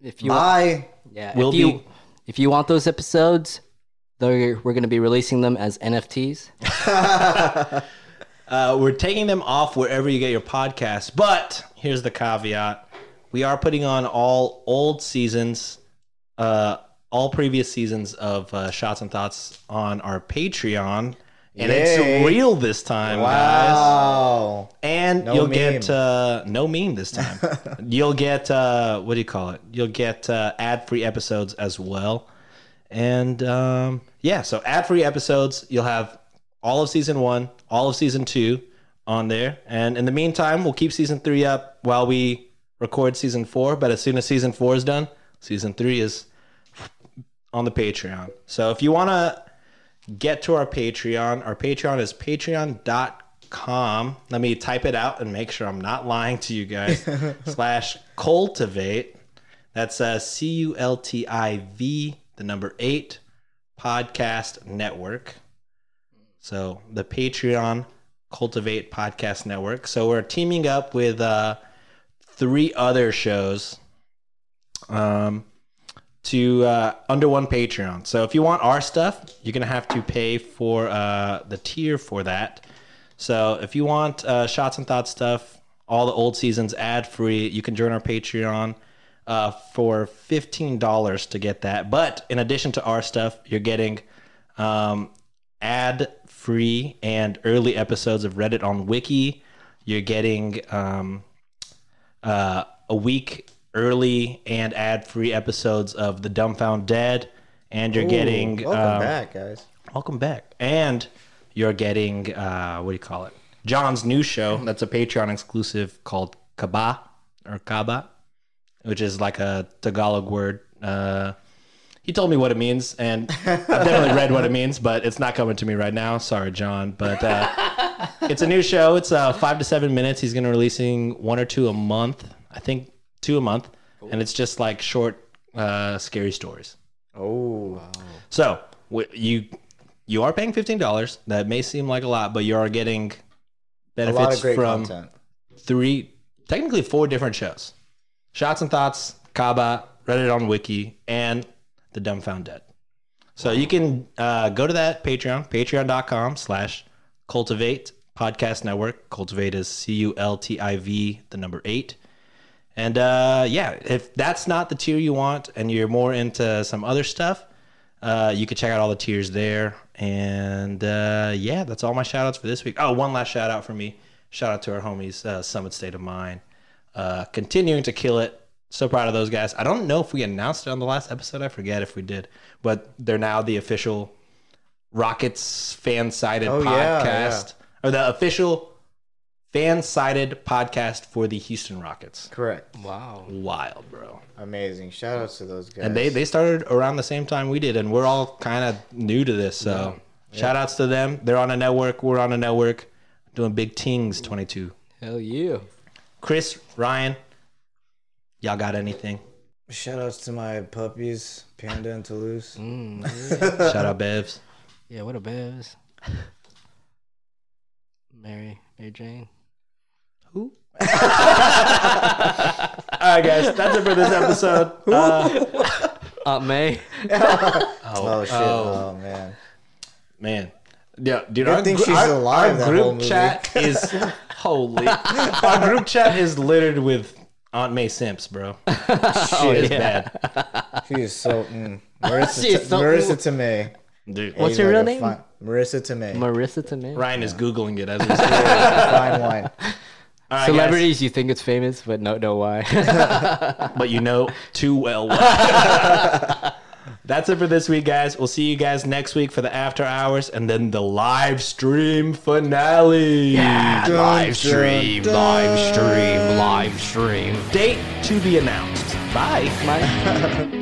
If you
Bye.
yeah,
will
if you
be-
if you want those episodes, they're, we're going to be releasing them as NFTs.
Uh, we're taking them off wherever you get your podcast. But here's the caveat: we are putting on all old seasons, uh, all previous seasons of uh, Shots and Thoughts on our Patreon, and
Yay.
it's real this time, guys.
Wow.
and
No
you'll
meme.
get uh, no meme this time. you'll get uh, what do you call it? You'll get uh, ad-free episodes as well, and um, yeah, so ad-free episodes. You'll have all of season one, all of season two on there, and in the meantime, we'll keep season three up while we record season four. But as soon as season four is done, season three is on the Patreon. So if you want to get to our Patreon. Our Patreon is patreon.com. Let me type it out and make sure I'm not lying to you guys. slash cultivate. That's uh, C U L T I V, the number eight podcast network. So the Patreon Cultivate Podcast Network. So we're teaming up with uh, three other shows. Um, to uh, under one Patreon. So if you want our stuff, you're gonna have to pay for uh, the tier for that. So if you want uh, shots and thoughts stuff, all the old seasons ad free, you can join our Patreon uh, for fifteen dollars to get that. But in addition to our stuff, you're getting um, ad free and early episodes of Reddit on Wiki. You're getting um, uh, a week early and ad free episodes of The Dumbfound Dead, and you're getting
Ooh, welcome
um,
back, guys.
welcome back, and you're getting uh, what do you call it? John's new show that's a Patreon exclusive called Kaba or Kaba, which is like a Tagalog word. Uh, he told me what it means, and I've definitely read what it means, but it's not coming to me right now. Sorry, John, but. Uh, it's a new show. It's uh, five to seven minutes. He's going to releasing one or two a month. I think two a month, and it's just like short, uh, scary stories.
Oh,
So w- you you are paying fifteen dollars. That may seem like a lot, but you are getting
a lot
benefits
of great
from
content.
three, technically four different shows: Shots and Thoughts, Kaba, Reddit on Wiki, and The Dumbfound Dead. So you can uh, go to that Patreon, patreon.com slash cultivate podcast network. Cultivate is C U L T I V, the number eight. And uh, yeah, if that's not the tier you want and you're more into some other stuff, uh, you can check out all the tiers there. And uh, yeah, that's all my shout outs for this week. Oh, one last shout out for me. Shout out to our homies, uh, Summit State of Mind. Uh, continuing to kill it. So proud of those guys. I don't know if we announced it on the last episode. I forget if we did, but they're now the official Rockets fan sided
Oh, yeah,
podcast or the official fan sided podcast for the Houston Rockets.
Correct.
Wow.
Wild, bro.
Amazing. Shout outs to those guys.
And they, they started around the same time we did, and we're all kind of new to this. So shout outs to them. They're on a network. We're on a network doing big tings 22.
Hell yeah.
Chris, Ryan, y'all got anything?
Shout outs to my puppies, Panda and Toulouse.
Mm. Shout out Bevs.
Yeah, what a biz. Mary, Mary Jane.
Who? all right, guys. That's it for this episode. Uh,
Aunt May.
Oh, shit. Oh, man.
Man. Yeah, dude,
Good
our,
thing
gr-
she's
our-
alive,
our
that
group
whole movie.
chat is holy. our group chat is littered with Aunt May simps, bro.
She
It's
is
bad,
She is so. Mm. Marissa,
She is
Ta-
so-
Marissa Tomei.
dude.
What's
She's
her real
a
name?
Fine, Marissa Tomei.
Marissa to me.
Ryan is googling it as we speak. All
fine wine.
right, guys,
Celebrities you think it's famous, but no know why.
but you know too well. why. That's it for this week, guys. We'll see you guys next week for the after hours and then the live stream finale.
Live stream.
live stream, live stream.
Date to be announced. Bye.
My